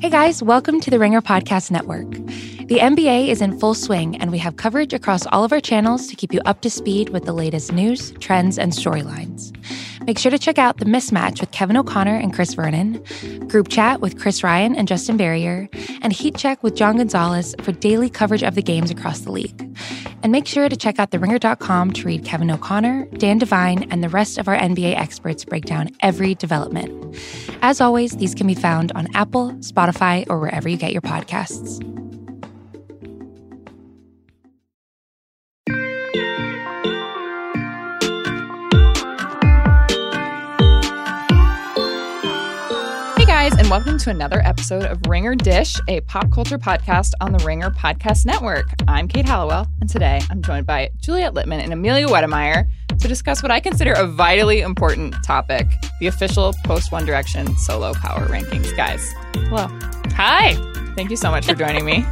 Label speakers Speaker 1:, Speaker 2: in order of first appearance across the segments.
Speaker 1: Hey guys, welcome to the Ringer Podcast Network. The NBA is in full swing, and we have coverage across all of our channels to keep you up to speed with the latest news, trends, and storylines. Make sure to check out The Mismatch with Kevin O'Connor and Chris Vernon, Group Chat with Chris Ryan and Justin Barrier, and Heat Check with John Gonzalez for daily coverage of the games across the league. And make sure to check out theringer.com to read Kevin O'Connor, Dan Devine, and the rest of our NBA experts break down every development. As always, these can be found on Apple, Spotify, or wherever you get your podcasts.
Speaker 2: Hey guys, and welcome to another episode of Ringer Dish, a pop culture podcast on the Ringer Podcast Network. I'm Kate Hallowell, and today I'm joined by Juliet Littman and Amelia Wedemeyer to discuss what I consider a vitally important topic the official post One Direction solo power rankings. Guys, hello.
Speaker 3: Hi.
Speaker 2: Thank you so much for joining me.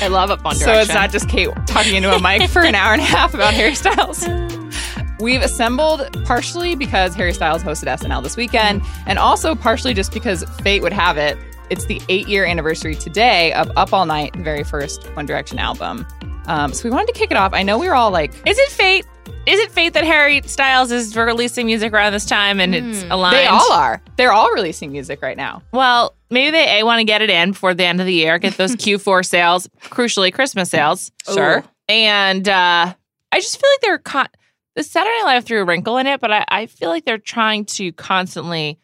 Speaker 3: I love it. Fun
Speaker 2: so it's not just Kate talking into a mic for an hour and a half about hairstyles. We've assembled partially because Harry Styles hosted SNL this weekend, and also partially just because fate would have it. It's the eight year anniversary today of Up All Night, the very first One Direction album. Um, so we wanted to kick it off. I know we were all like,
Speaker 3: Is it fate? Is it fate that Harry Styles is releasing music around this time and it's aligned?
Speaker 2: Hmm. they all are. They're all releasing music right now.
Speaker 3: Well, maybe they A, want to get it in before the end of the year, get those Q4 sales, crucially Christmas sales.
Speaker 2: Sure.
Speaker 3: And uh, I just feel like they're. Con- the Saturday Night Live threw a wrinkle in it, but I, I feel like they're trying to constantly.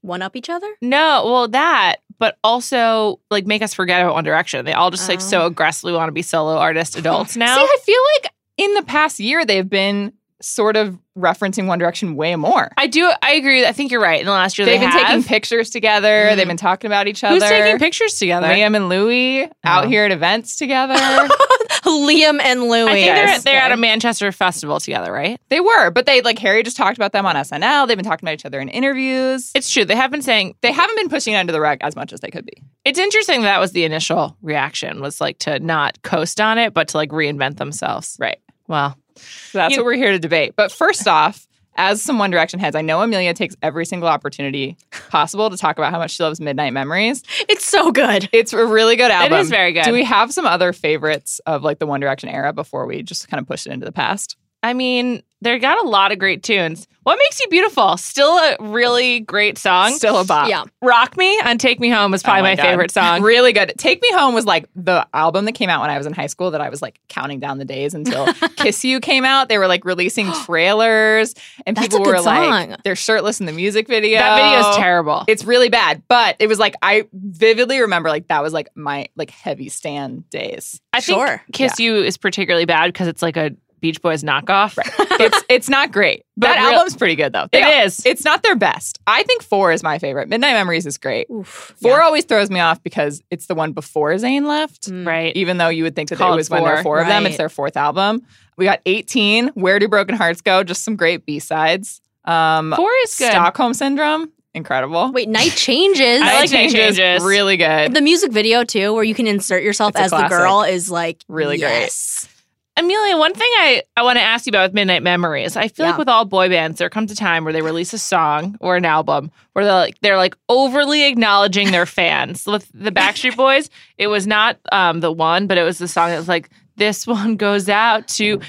Speaker 4: one up each other?
Speaker 3: No, well, that, but also like make us forget about One Direction. They all just like
Speaker 4: Oh.
Speaker 3: so aggressively want to be solo artist adults now.
Speaker 2: See, I feel like in the past year, they've been sort of referencing One Direction way more.
Speaker 3: I do. I agree. I think you're right. In the last year,
Speaker 2: They've
Speaker 3: they
Speaker 2: been
Speaker 3: have.
Speaker 2: taking pictures together.
Speaker 3: Mm.
Speaker 2: They've been talking about each other.
Speaker 3: Who's taking pictures together?
Speaker 2: Liam and Louie out
Speaker 3: Oh.
Speaker 2: here at events together.
Speaker 4: Liam and Louis.
Speaker 3: I think they're,
Speaker 2: Yes.
Speaker 3: they're at a Manchester festival together, right?
Speaker 2: they were, but they like Harry just talked about them on SNL. They've been talking about each other in interviews.
Speaker 3: It's true. They have been saying
Speaker 2: they haven't been pushing it under the rug as much as they could be.
Speaker 3: it's interesting that, that was the initial reaction was like to not coast on it, but to like reinvent themselves.
Speaker 2: Right.
Speaker 3: Well,
Speaker 2: So that's
Speaker 3: You-
Speaker 2: what we're here to debate. But first off, as some One Direction heads, I know Amelia takes every single opportunity possible to talk about how much she loves Midnight Memories.
Speaker 4: It's so good.
Speaker 2: It's a really good album.
Speaker 3: is very good.
Speaker 2: Do we have some other favorites of like the One Direction era before we just kind of push it into the past?
Speaker 3: I mean, they got a lot of great tunes. What makes you beautiful? Still a really great song.
Speaker 2: Still a bop.
Speaker 4: Yeah.
Speaker 3: Rock me on Take Me Home is probably
Speaker 2: Oh
Speaker 3: my,
Speaker 2: God.
Speaker 3: favorite song.
Speaker 2: Really good. Take Me Home was like the album that came out when I was in high school that I was like counting down the days until Kiss You came out. They were like releasing trailers and
Speaker 4: That's
Speaker 2: people
Speaker 4: a good
Speaker 2: were
Speaker 4: song.
Speaker 2: like they're shirtless in the music video.
Speaker 3: That video is terrible.
Speaker 2: It's really bad, but it was like I vividly remember like that was like my like heavy stand days.
Speaker 3: I think
Speaker 4: Sure.
Speaker 3: Kiss You is particularly bad because it's like a Beach Boys knockoff.
Speaker 2: It's it's not great.
Speaker 3: But
Speaker 2: that
Speaker 3: real-
Speaker 2: album's pretty good though. They-
Speaker 3: It is.
Speaker 2: It's not their best. I think 4 is my favorite. Midnight Memories is great.
Speaker 4: Oof.
Speaker 2: Four always throws me off because it's the one before Zayn left.
Speaker 4: Mm.
Speaker 3: right.
Speaker 2: Even though you would think that it
Speaker 3: Called
Speaker 2: was when there
Speaker 3: Four.
Speaker 2: were four of them, it's
Speaker 4: Right.
Speaker 2: their fourth album. We got 18, Where Do Broken Hearts Go? Just some great B sides. Um,
Speaker 3: Four is good.
Speaker 2: Stockholm Syndrome, incredible.
Speaker 4: Wait, Night Changes.
Speaker 3: I like Night
Speaker 2: Changes,
Speaker 3: Changes.
Speaker 2: Really good.
Speaker 4: the music video too, where you can insert yourself
Speaker 2: It's a
Speaker 4: as the
Speaker 2: classic.
Speaker 4: girl is like
Speaker 2: Really great.
Speaker 4: yes.
Speaker 3: Amelia, one thing I, I want to ask you about with Midnight Memories, I feel
Speaker 4: Yeah.
Speaker 3: like with all boy bands, there comes a time where they release a song or an album where they're like they're like overly acknowledging their fans. With the Backstreet Boys, it was not um, the one, but it was the song that was like this one goes out to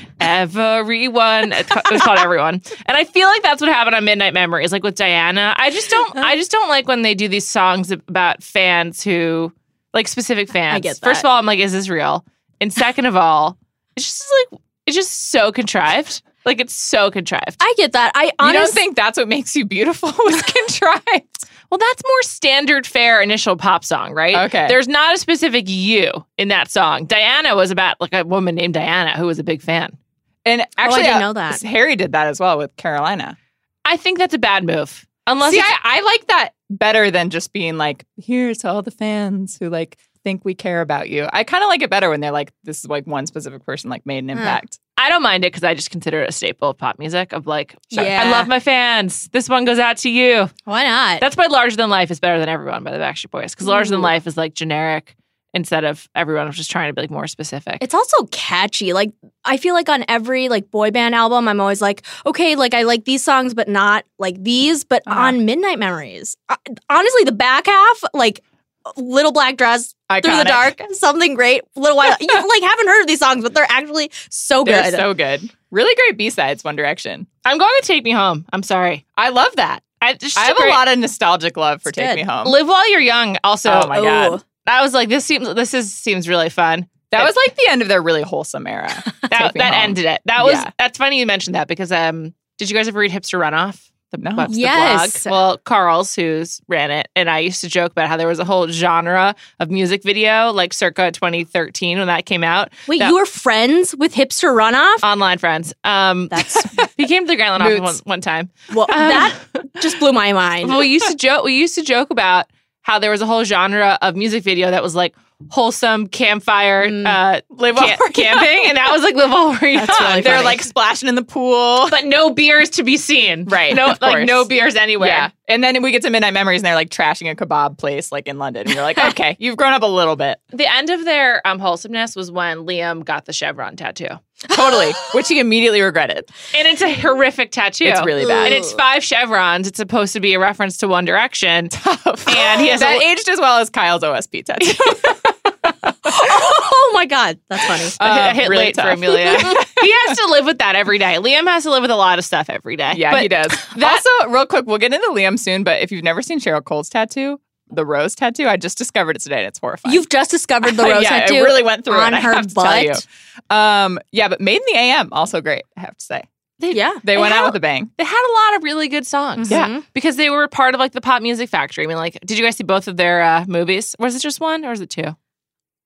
Speaker 3: everyone. It ca- it was called Everyone, and I feel like that's what happened on Midnight Memories, like with Diana. I just don't I just don't like when they do these songs about fans who like specific fans.
Speaker 4: get
Speaker 3: First of
Speaker 4: that.
Speaker 3: all, I'm like, is this real? And second of all, it's just like it's just so contrived. Like it's so contrived.
Speaker 4: I get that. I
Speaker 2: You don't
Speaker 4: honestly
Speaker 2: think that's what makes you beautiful was contrived.
Speaker 3: Well, that's more standard fare initial pop song, right?
Speaker 2: Okay.
Speaker 3: There's not a specific you in that song. Diana was about like a woman named Diana who was a big fan.
Speaker 2: And actually,
Speaker 4: oh, didn't
Speaker 2: uh,
Speaker 4: know that.
Speaker 2: Harry did that as well with Carolina.
Speaker 3: I think that's a bad move. Unless
Speaker 2: See,
Speaker 3: it's-
Speaker 2: I, I like that better than just being like, here's all the fans who like think we care about you. I kind of like it better when they're like, this is like one specific person like made an impact.
Speaker 3: I don't mind it because I just consider it a staple of pop music of like,
Speaker 4: Yeah.
Speaker 3: I love my fans. This one goes out to you.
Speaker 4: why not?
Speaker 3: That's why Larger Than Life is better than everyone by the Backstreet Boys because Larger
Speaker 2: Mm.
Speaker 3: Than
Speaker 4: Ooh.
Speaker 3: Life is like generic instead of everyone. I'm just trying to be like more specific.
Speaker 4: it's also catchy. Like I feel like on every like boy band album, I'm always like, okay, like I like these songs, but not like these. But
Speaker 2: Uh-huh.
Speaker 4: on Midnight Memories, uh, honestly, the back half, like Little Black Dress,
Speaker 2: Iconic.
Speaker 4: Through the Dark, Something Great, Little White. you like haven't heard of these songs, but they're actually so
Speaker 2: They're
Speaker 4: good.
Speaker 2: so good. Really great B sides. One Direction.
Speaker 3: I'm going with Take Me Home. I'm sorry. I love that. I, just
Speaker 2: I have a lot of nostalgic love for
Speaker 4: It's
Speaker 2: Take
Speaker 4: good.
Speaker 2: Me Home.
Speaker 3: Live while you're young. Also,
Speaker 2: Oh my God.
Speaker 4: Ooh.
Speaker 3: I was like, this seems this is seems really fun.
Speaker 2: That was like the end of their really wholesome era.
Speaker 3: That,
Speaker 2: Take Me
Speaker 3: that
Speaker 2: Home.
Speaker 3: ended it. That was
Speaker 2: Yeah.
Speaker 3: that's funny you mentioned that because um did you guys ever read Hipster Runoff? The,
Speaker 2: No.
Speaker 3: what's the
Speaker 4: Yes.
Speaker 3: blog? Well, Carl's who's ran it, and I used to joke about how there was a whole genre of music video, like circa 2013 when that came out.
Speaker 4: Wait,
Speaker 3: That-
Speaker 4: you were friends with Hipster Runoff?
Speaker 2: Oh.
Speaker 3: Online friends. Um,
Speaker 4: That's
Speaker 3: he came to the Grand Office one,
Speaker 2: Moots.
Speaker 3: one time.
Speaker 4: well,
Speaker 3: Um,
Speaker 4: that just blew my mind.
Speaker 3: Well, we used to joke. We used to joke about how there was a whole genre of music video that was like wholesome campfire
Speaker 4: Mm.
Speaker 3: uh, live
Speaker 2: while we're
Speaker 3: camping, and that was like live while we're
Speaker 4: That's
Speaker 3: young. They're
Speaker 4: really
Speaker 2: They're
Speaker 4: funny.
Speaker 3: like,
Speaker 2: like splashing in the pool.
Speaker 3: but no beers to be seen.
Speaker 2: Right,
Speaker 3: No,
Speaker 2: of
Speaker 3: like
Speaker 2: course.
Speaker 3: no beers anywhere.
Speaker 2: Yeah. And then we get to Midnight Memories and they're like trashing a kebab place like in London. And you're like, okay, you've grown up a little bit.
Speaker 3: The end of their um, wholesomeness was when Liam got the chevron tattoo,
Speaker 2: Totally. Which he immediately regretted.
Speaker 3: and it's a horrific tattoo.
Speaker 2: It's really bad.
Speaker 3: and it's five chevrons. It's supposed to be a reference to One Direction.
Speaker 2: tough.
Speaker 3: And he has
Speaker 2: that
Speaker 3: a-
Speaker 2: aged as well as Kyle's OSP tattoo.
Speaker 4: oh my god, that's funny.
Speaker 2: Uh,
Speaker 3: I hit
Speaker 2: really
Speaker 3: late for
Speaker 2: tough.
Speaker 3: Amelia. he has to live with that every day. Liam has to live with a lot of stuff every day.
Speaker 2: yeah,
Speaker 3: But
Speaker 2: he does. also, real quick, we'll get into Liam soon, but if you've never seen Cheryl Cole's tattoo, the rose tattoo, I just discovered it today and it's horrifying.
Speaker 4: You've just discovered the rose
Speaker 2: yeah,
Speaker 4: tattoo
Speaker 2: it really went through
Speaker 4: on
Speaker 2: it, I
Speaker 4: her
Speaker 2: have to tell you.
Speaker 4: butt.
Speaker 2: Um, yeah, but Made in the AM, also great, I have to say.
Speaker 4: Yeah.
Speaker 2: They went
Speaker 3: had
Speaker 2: out
Speaker 3: a-
Speaker 2: with a bang.
Speaker 3: They had a lot of really good songs.
Speaker 2: Yeah.
Speaker 4: Mhm.
Speaker 3: Because they were part of like the Pop Music Factory. I mean, like, did you guys see both of their uh, movies? Was it just one or is it two?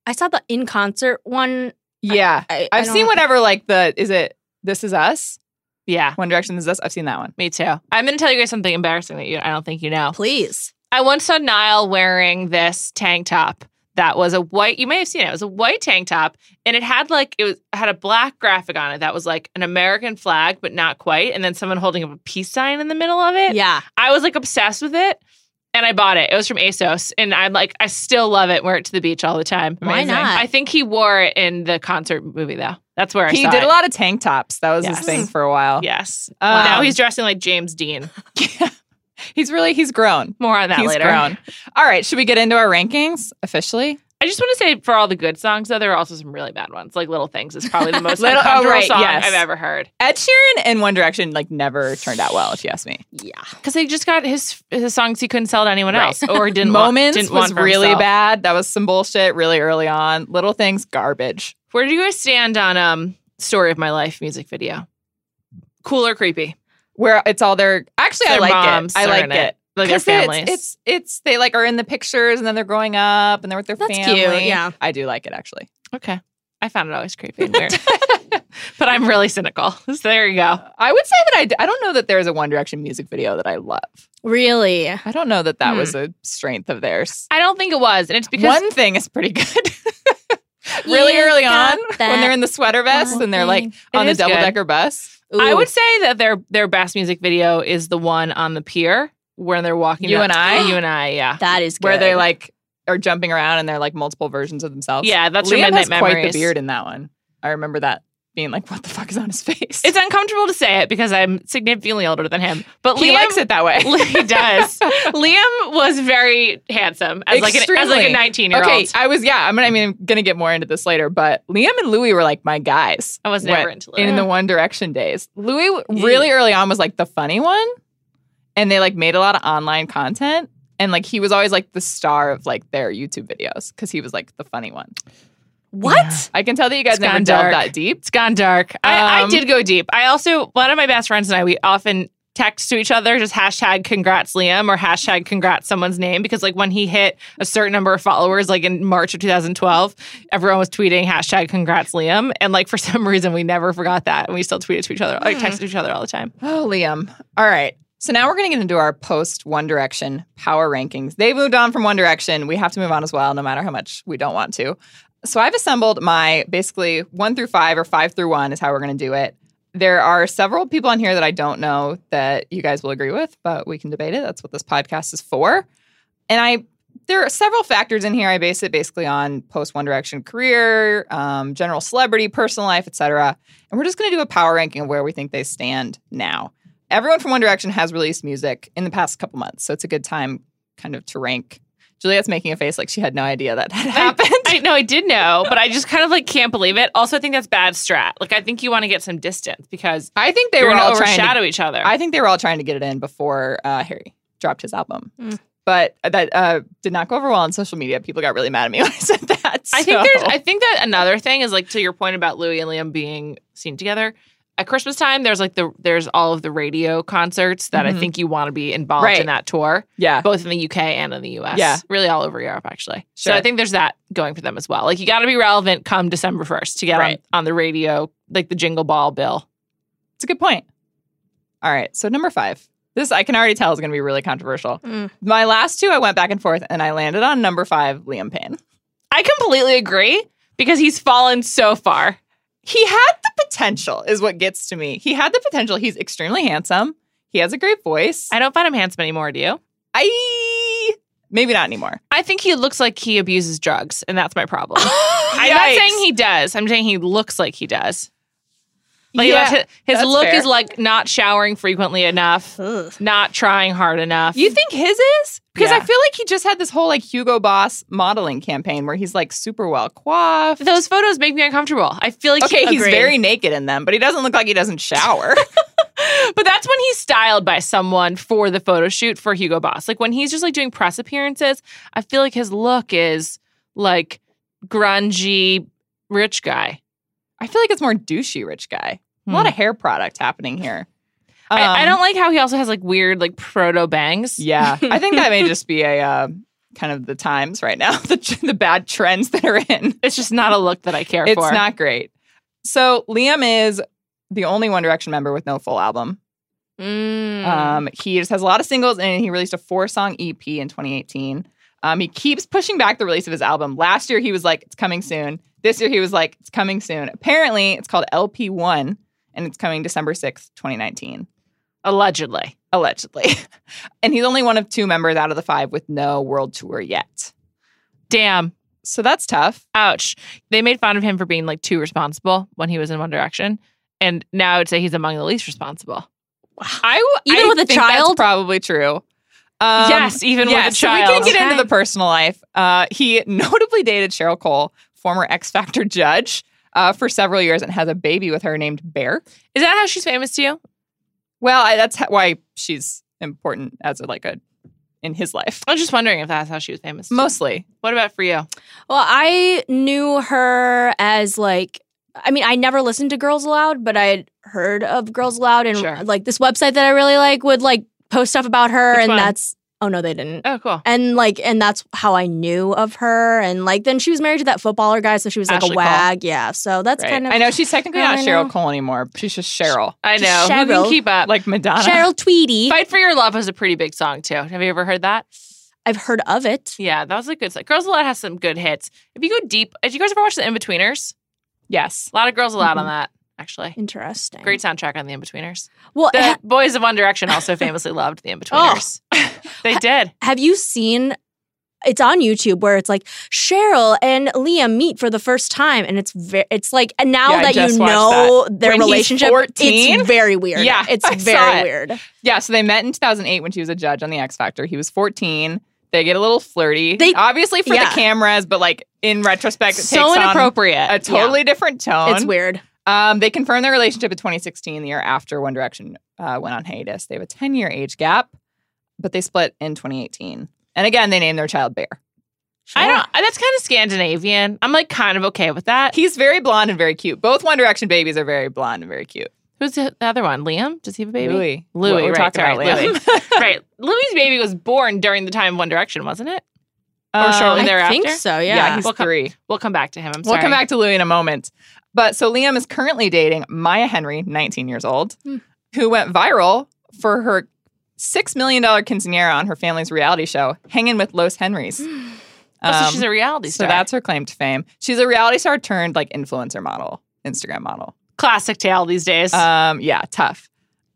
Speaker 4: I saw the in concert one.
Speaker 2: Yeah.
Speaker 4: I, I
Speaker 2: I've
Speaker 4: don't
Speaker 2: seen
Speaker 4: know.
Speaker 2: whatever, like the, is it This Is Us?
Speaker 3: Yeah.
Speaker 2: One Direction This Is Us? I've seen that one.
Speaker 3: Me too. I'm going to tell you guys something embarrassing that you I don't think you know.
Speaker 4: Please.
Speaker 3: I once saw Niall wearing this tank top that was a white. You may have seen it. It was a white tank top, and it had like it was had a black graphic on it that was like an American flag, but not quite. And then someone holding up a peace sign in the middle of it.
Speaker 4: Yeah.
Speaker 3: I was like obsessed with it, and I bought it. It was from ASOS, and I'm like I still love it. Wear it to the beach all the time.
Speaker 4: Why
Speaker 2: Amazing.
Speaker 4: not?
Speaker 3: I think he wore it in the concert movie though. That's where I
Speaker 2: He
Speaker 3: saw
Speaker 2: did
Speaker 3: it.
Speaker 2: a lot of tank tops. That was
Speaker 3: Yes.
Speaker 2: his thing for a while.
Speaker 3: Yes.
Speaker 2: Um,
Speaker 3: now he's dressing like James Dean.
Speaker 2: He's really he's grown.
Speaker 3: More on that
Speaker 2: he's
Speaker 3: later.
Speaker 2: grown. All right, should we get into our rankings officially?
Speaker 3: I just want to say for all the good songs, though, there are also some really bad ones. Like Little Things is probably the most
Speaker 2: Little- oh,
Speaker 3: uncomfortable
Speaker 2: right,
Speaker 3: song
Speaker 2: yes.
Speaker 3: I've ever heard.
Speaker 2: Ed Sheeran and One Direction like never turned out well, if you ask me.
Speaker 4: Yeah.
Speaker 3: Because they just got his his songs he couldn't sell to anyone
Speaker 2: Right.
Speaker 3: else or didn't want-
Speaker 2: Moments
Speaker 3: didn't
Speaker 2: was
Speaker 3: want for
Speaker 2: really
Speaker 3: himself.
Speaker 2: bad. That was some bullshit really early on. Little things, garbage.
Speaker 3: Where do you guys stand on um Story of My Life music video? Cool or creepy?
Speaker 2: Where it's all their actually I
Speaker 3: Their
Speaker 2: like
Speaker 3: moms
Speaker 2: it. I
Speaker 3: are
Speaker 2: like
Speaker 3: in
Speaker 2: it.
Speaker 3: it. Like their
Speaker 2: 'Cause it's-
Speaker 3: families.
Speaker 2: It's, it's they like are in the pictures and then they're growing up and they're with their
Speaker 4: That's cute,
Speaker 2: family.
Speaker 4: yeah.
Speaker 2: I do like it actually.
Speaker 3: okay. I found it always creepy and weird. but I'm really cynical. So there you go.
Speaker 2: I would say that I d- I don't know that there's a One Direction music video that I love.
Speaker 4: Really.
Speaker 2: I don't know that that
Speaker 3: Hmm.
Speaker 2: was a strength of theirs.
Speaker 3: I don't think it was. And it's because
Speaker 2: One thing is pretty good. really
Speaker 4: You
Speaker 2: early
Speaker 4: got
Speaker 2: on
Speaker 4: that
Speaker 2: when they're in the sweater vest and they're like
Speaker 4: thing.
Speaker 2: on
Speaker 3: It
Speaker 2: the
Speaker 3: is good.
Speaker 2: double decker bus.
Speaker 3: I
Speaker 4: Ooh.
Speaker 3: would say that their their best music video is the one on the pier when they're walking.
Speaker 2: You
Speaker 3: up-
Speaker 2: and I?
Speaker 3: you and I, yeah.
Speaker 4: That is good.
Speaker 2: Where they like are jumping around and they're like multiple versions of themselves.
Speaker 3: Yeah, that's your
Speaker 2: Liam
Speaker 3: midnight
Speaker 2: has quite
Speaker 3: memories.
Speaker 2: the beard in that one. I remember that being like, what the fuck is on his face?
Speaker 3: It's uncomfortable to say it because I'm significantly older than him, but
Speaker 2: he
Speaker 3: Liam
Speaker 2: likes it that way.
Speaker 3: he does. Liam was very handsome as like an, as like a
Speaker 2: Extremely.
Speaker 3: 19 year old.
Speaker 2: okay, I was yeah. I'm gonna, I mean, I'm gonna get more into this later, but Liam and Louis were like my guys.
Speaker 3: I was
Speaker 2: What-
Speaker 3: never into Liam.
Speaker 2: in the One Direction days. Louis w- really early on was like the funny one, and they like made a lot of online content, and like he was always like the star of like their YouTube videos because he was like the funny one.
Speaker 4: what?
Speaker 2: I can tell that you guys
Speaker 3: It's
Speaker 2: never
Speaker 3: gone
Speaker 2: delved
Speaker 3: dark.
Speaker 2: that deep.
Speaker 3: it's gone dark. I, I
Speaker 2: Um,
Speaker 3: did go deep. I also one of my best friends and I we often text to each other just hashtag congrats Liam or hashtag congrats someone's name because like when he hit a certain number of followers like in March of 2012 everyone was tweeting hashtag congrats Liam and like for some reason we never forgot that and we still tweeted to each other like texted to each other all the time
Speaker 2: Oh, Liam. All right. So now we're going to get into our post One Direction power rankings. They've moved on from One Direction. We have to move on as well, no matter how much we don't want to. So I've assembled my basically one through five or five through one is how we're going to do it. There are several people on here that I don't know that you guys will agree with, but we can debate it. That's what this podcast is for. And I, there are several factors in here. I base it basically on post One Direction career, um, general celebrity, personal life, etc. And we're just going to do a power ranking of where we think they stand now. Everyone from One Direction has released music in the past couple months, so it's a good time kind of to rank Juliet's making a face like she had no idea that had happened.
Speaker 3: I know I did know, but I just kind of like can't believe it. Also, I think that's bad strat. Like I think you want to get some distance because
Speaker 2: I think they
Speaker 3: you're
Speaker 2: were
Speaker 3: gonna
Speaker 2: all trying
Speaker 3: overshadow
Speaker 2: to,
Speaker 3: each other.
Speaker 2: I think they were all trying to get it in before uh, Harry dropped his album.
Speaker 4: Mm.
Speaker 2: But that uh, did not go over well on social media. People got really mad at me when I said that.
Speaker 3: I think there's
Speaker 2: so-
Speaker 3: I think that another thing is like to your point about Louis and Liam being seen together. At Christmas time, there's like the there's all of the radio concerts that
Speaker 2: Mhm.
Speaker 3: I think you want to be involved
Speaker 2: Right.
Speaker 3: in that tour,
Speaker 2: yeah,
Speaker 3: both in the UK and in the US.
Speaker 2: Yeah.
Speaker 3: Really all over Europe actually. So
Speaker 2: Sure.
Speaker 3: I think there's that going for them as well. Like you gotta be relevant come December first to get on-
Speaker 2: Right.
Speaker 3: on, the radio, like the jingle ball bill.
Speaker 2: it's a good point. All right, so number five. This I can already tell is going to be really controversial.
Speaker 4: Mm.
Speaker 2: My last two, I went back and forth, and I landed on number five, Liam Payne.
Speaker 3: I completely agree because he's fallen so far.
Speaker 2: he had the potential is what gets to me he had the potential he's extremely handsome he has a great voice
Speaker 3: I don't find him handsome anymore, do you?
Speaker 2: i maybe not anymore
Speaker 3: I think he looks like he abuses drugs, and that's my problem. I'm not
Speaker 2: Yikes.
Speaker 3: saying he does. I'm saying he looks like he does. Like
Speaker 2: Yeah,
Speaker 3: that's his, his
Speaker 2: that's
Speaker 3: look
Speaker 2: fair.
Speaker 3: is like not showering frequently enough,
Speaker 4: Ugh.
Speaker 3: not trying hard enough.
Speaker 2: you think his is because i
Speaker 3: Yeah.
Speaker 2: feel like he just had this whole like hugo boss modeling campaign where he's like super well coiffed
Speaker 3: those photos make me uncomfortable? I feel like
Speaker 2: okay
Speaker 3: he,
Speaker 2: he's
Speaker 3: Agreed.
Speaker 2: very naked in them but he doesn't look like he doesn't shower
Speaker 3: But that's when he's styled by someone for the photo shoot for Hugo Boss. Like when he's just like doing press appearances, I feel like his look is like grungy rich guy.
Speaker 2: i feel like it's more douchey rich guy a lot of hair product happening here Um,
Speaker 3: Hmm. I, I don't like how he also has like weird like proto bangs.
Speaker 2: Yeah, I think that may just be a uh, kind of the times right now, the the bad trends that are in.
Speaker 3: It's just not a look that I care
Speaker 2: It's
Speaker 3: for.
Speaker 2: not great. So Liam is the only One Direction member with no full album.
Speaker 4: Mm.
Speaker 2: Um, he just has a lot of singles, and he released a four-song EP in 2018. Um, he keeps pushing back the release of his album. Last year, he was like, "It's coming soon." This year, he was like, "It's coming soon." Apparently, it's called LP One, and it's coming December sixth, 2019.
Speaker 3: allegedly.
Speaker 2: allegedly. and he's only one of two members out of the five with no world tour yet.
Speaker 3: Damn.
Speaker 2: So that's tough.
Speaker 3: Ouch. They made fun of him for being like too responsible when he was in One Direction. And now I would say he's among the least responsible.
Speaker 2: I
Speaker 4: Even
Speaker 2: I
Speaker 4: with a
Speaker 2: think that's
Speaker 4: child?
Speaker 2: probably true. Um,
Speaker 3: yes, even with a
Speaker 2: yes, so
Speaker 3: child.
Speaker 2: we can get into
Speaker 4: Okay.
Speaker 2: the personal life. Uh, he notably dated Cheryl Cole, former X Factor judge, uh, for several years, and has a baby with her named Bear.
Speaker 3: Is that how she's famous to you?
Speaker 2: Well, I, that's ho- why she's important as a, like a in his life
Speaker 3: I was just wondering if that's how she was famous. to you.
Speaker 2: mostly.
Speaker 3: What about for you?
Speaker 4: Well, I knew her as like I mean, I never listened to Girls Aloud, but I'd heard of Girls Aloud and
Speaker 3: Sure.
Speaker 4: like this website that I really like would like post stuff about her
Speaker 3: Which
Speaker 4: and
Speaker 3: one?
Speaker 4: that's oh no, they didn't.
Speaker 3: Oh, cool.
Speaker 4: And like and that's how I knew of her and like then she was married to that footballer guy, so she was like
Speaker 3: Ashley
Speaker 4: a
Speaker 3: Cole.
Speaker 4: wag. Yeah. So that's
Speaker 2: right?
Speaker 4: kind of
Speaker 2: I know she's technically
Speaker 4: how
Speaker 2: not
Speaker 4: I
Speaker 2: Cheryl
Speaker 4: know.
Speaker 2: Cole anymore. She's just Cheryl,
Speaker 3: I
Speaker 4: Just
Speaker 3: know. Who
Speaker 4: Cheryl.
Speaker 3: can keep up?
Speaker 2: like Madonna.
Speaker 4: Cheryl Tweedy.
Speaker 3: Fight for Your Love was a pretty big song too. Have you ever heard that?
Speaker 4: I've heard of it.
Speaker 3: Yeah, that was a good song. Girls Aloud has some good hits. If you go deep, did you guys ever watch The Inbetweeners?
Speaker 2: Yes.
Speaker 3: A lot of Girls Aloud
Speaker 2: Mhm.
Speaker 3: on that, actually.
Speaker 4: Interesting.
Speaker 3: Great soundtrack on The Inbetweeners.
Speaker 4: Well,
Speaker 3: The
Speaker 4: ha-
Speaker 3: boys of One Direction also famously loved The Inbetweeners.
Speaker 2: Oh.
Speaker 3: they did.
Speaker 4: have you seen it's on YouTube where it's like Cheryl and Liam meet for the first time, and it's very, it's like, and now
Speaker 2: Yeah, I
Speaker 4: that you
Speaker 2: just watched
Speaker 4: know their
Speaker 2: When he's
Speaker 4: relationship,
Speaker 2: 14?
Speaker 4: it's very weird.
Speaker 2: Yeah,
Speaker 4: it's
Speaker 2: I saw
Speaker 4: very
Speaker 2: it.
Speaker 4: weird.
Speaker 2: Yeah, so they met in 2008 when she was a judge on the X Factor. He was 14. They get a little flirty,
Speaker 4: They-
Speaker 2: obviously for
Speaker 4: yeah.
Speaker 2: the cameras, but like in retrospect, it
Speaker 3: so
Speaker 2: takes on
Speaker 3: inappropriate.
Speaker 2: a totally different tone.
Speaker 4: It's weird.
Speaker 2: Um, they confirmed their relationship in 2016, the year after One Direction uh, went on hiatus. They have a 10 year age gap, but they split in 2018. And again, they named their child Bear.
Speaker 3: I don't. That's kind of Scandinavian. I'm like kind of okay with that.
Speaker 2: He's very blonde and very cute. Both One Direction babies are very blonde and very cute.
Speaker 3: Who's the the other one? Liam? Does he have a baby?
Speaker 2: Louis,
Speaker 3: Louis,
Speaker 2: What we're
Speaker 3: right,
Speaker 2: talking about,
Speaker 3: sorry,
Speaker 2: Louis.
Speaker 3: Louis. right. Louis' baby was born during the time of One Direction, wasn't it? Or
Speaker 2: Um,
Speaker 3: shortly
Speaker 4: I
Speaker 3: thereafter.
Speaker 4: think so.
Speaker 2: yeah,
Speaker 4: Yeah.
Speaker 2: he's
Speaker 3: We'll come-
Speaker 2: three.
Speaker 3: We'll come back to him. I'm sorry.
Speaker 2: We'll come back to Louis in a moment. But so Liam is currently dating Maya Henry, 19 years old,
Speaker 4: Hmm.
Speaker 2: who went viral for her $6 million quinceanera on her family's reality show, Hanging with Los Henrys.
Speaker 3: Oh, so
Speaker 2: Um,
Speaker 3: she's a reality
Speaker 2: so
Speaker 3: star.
Speaker 2: that's her claim to fame. She's a reality star turned like influencer model, Instagram model.
Speaker 3: classic tale these days.
Speaker 2: Um, yeah, tough.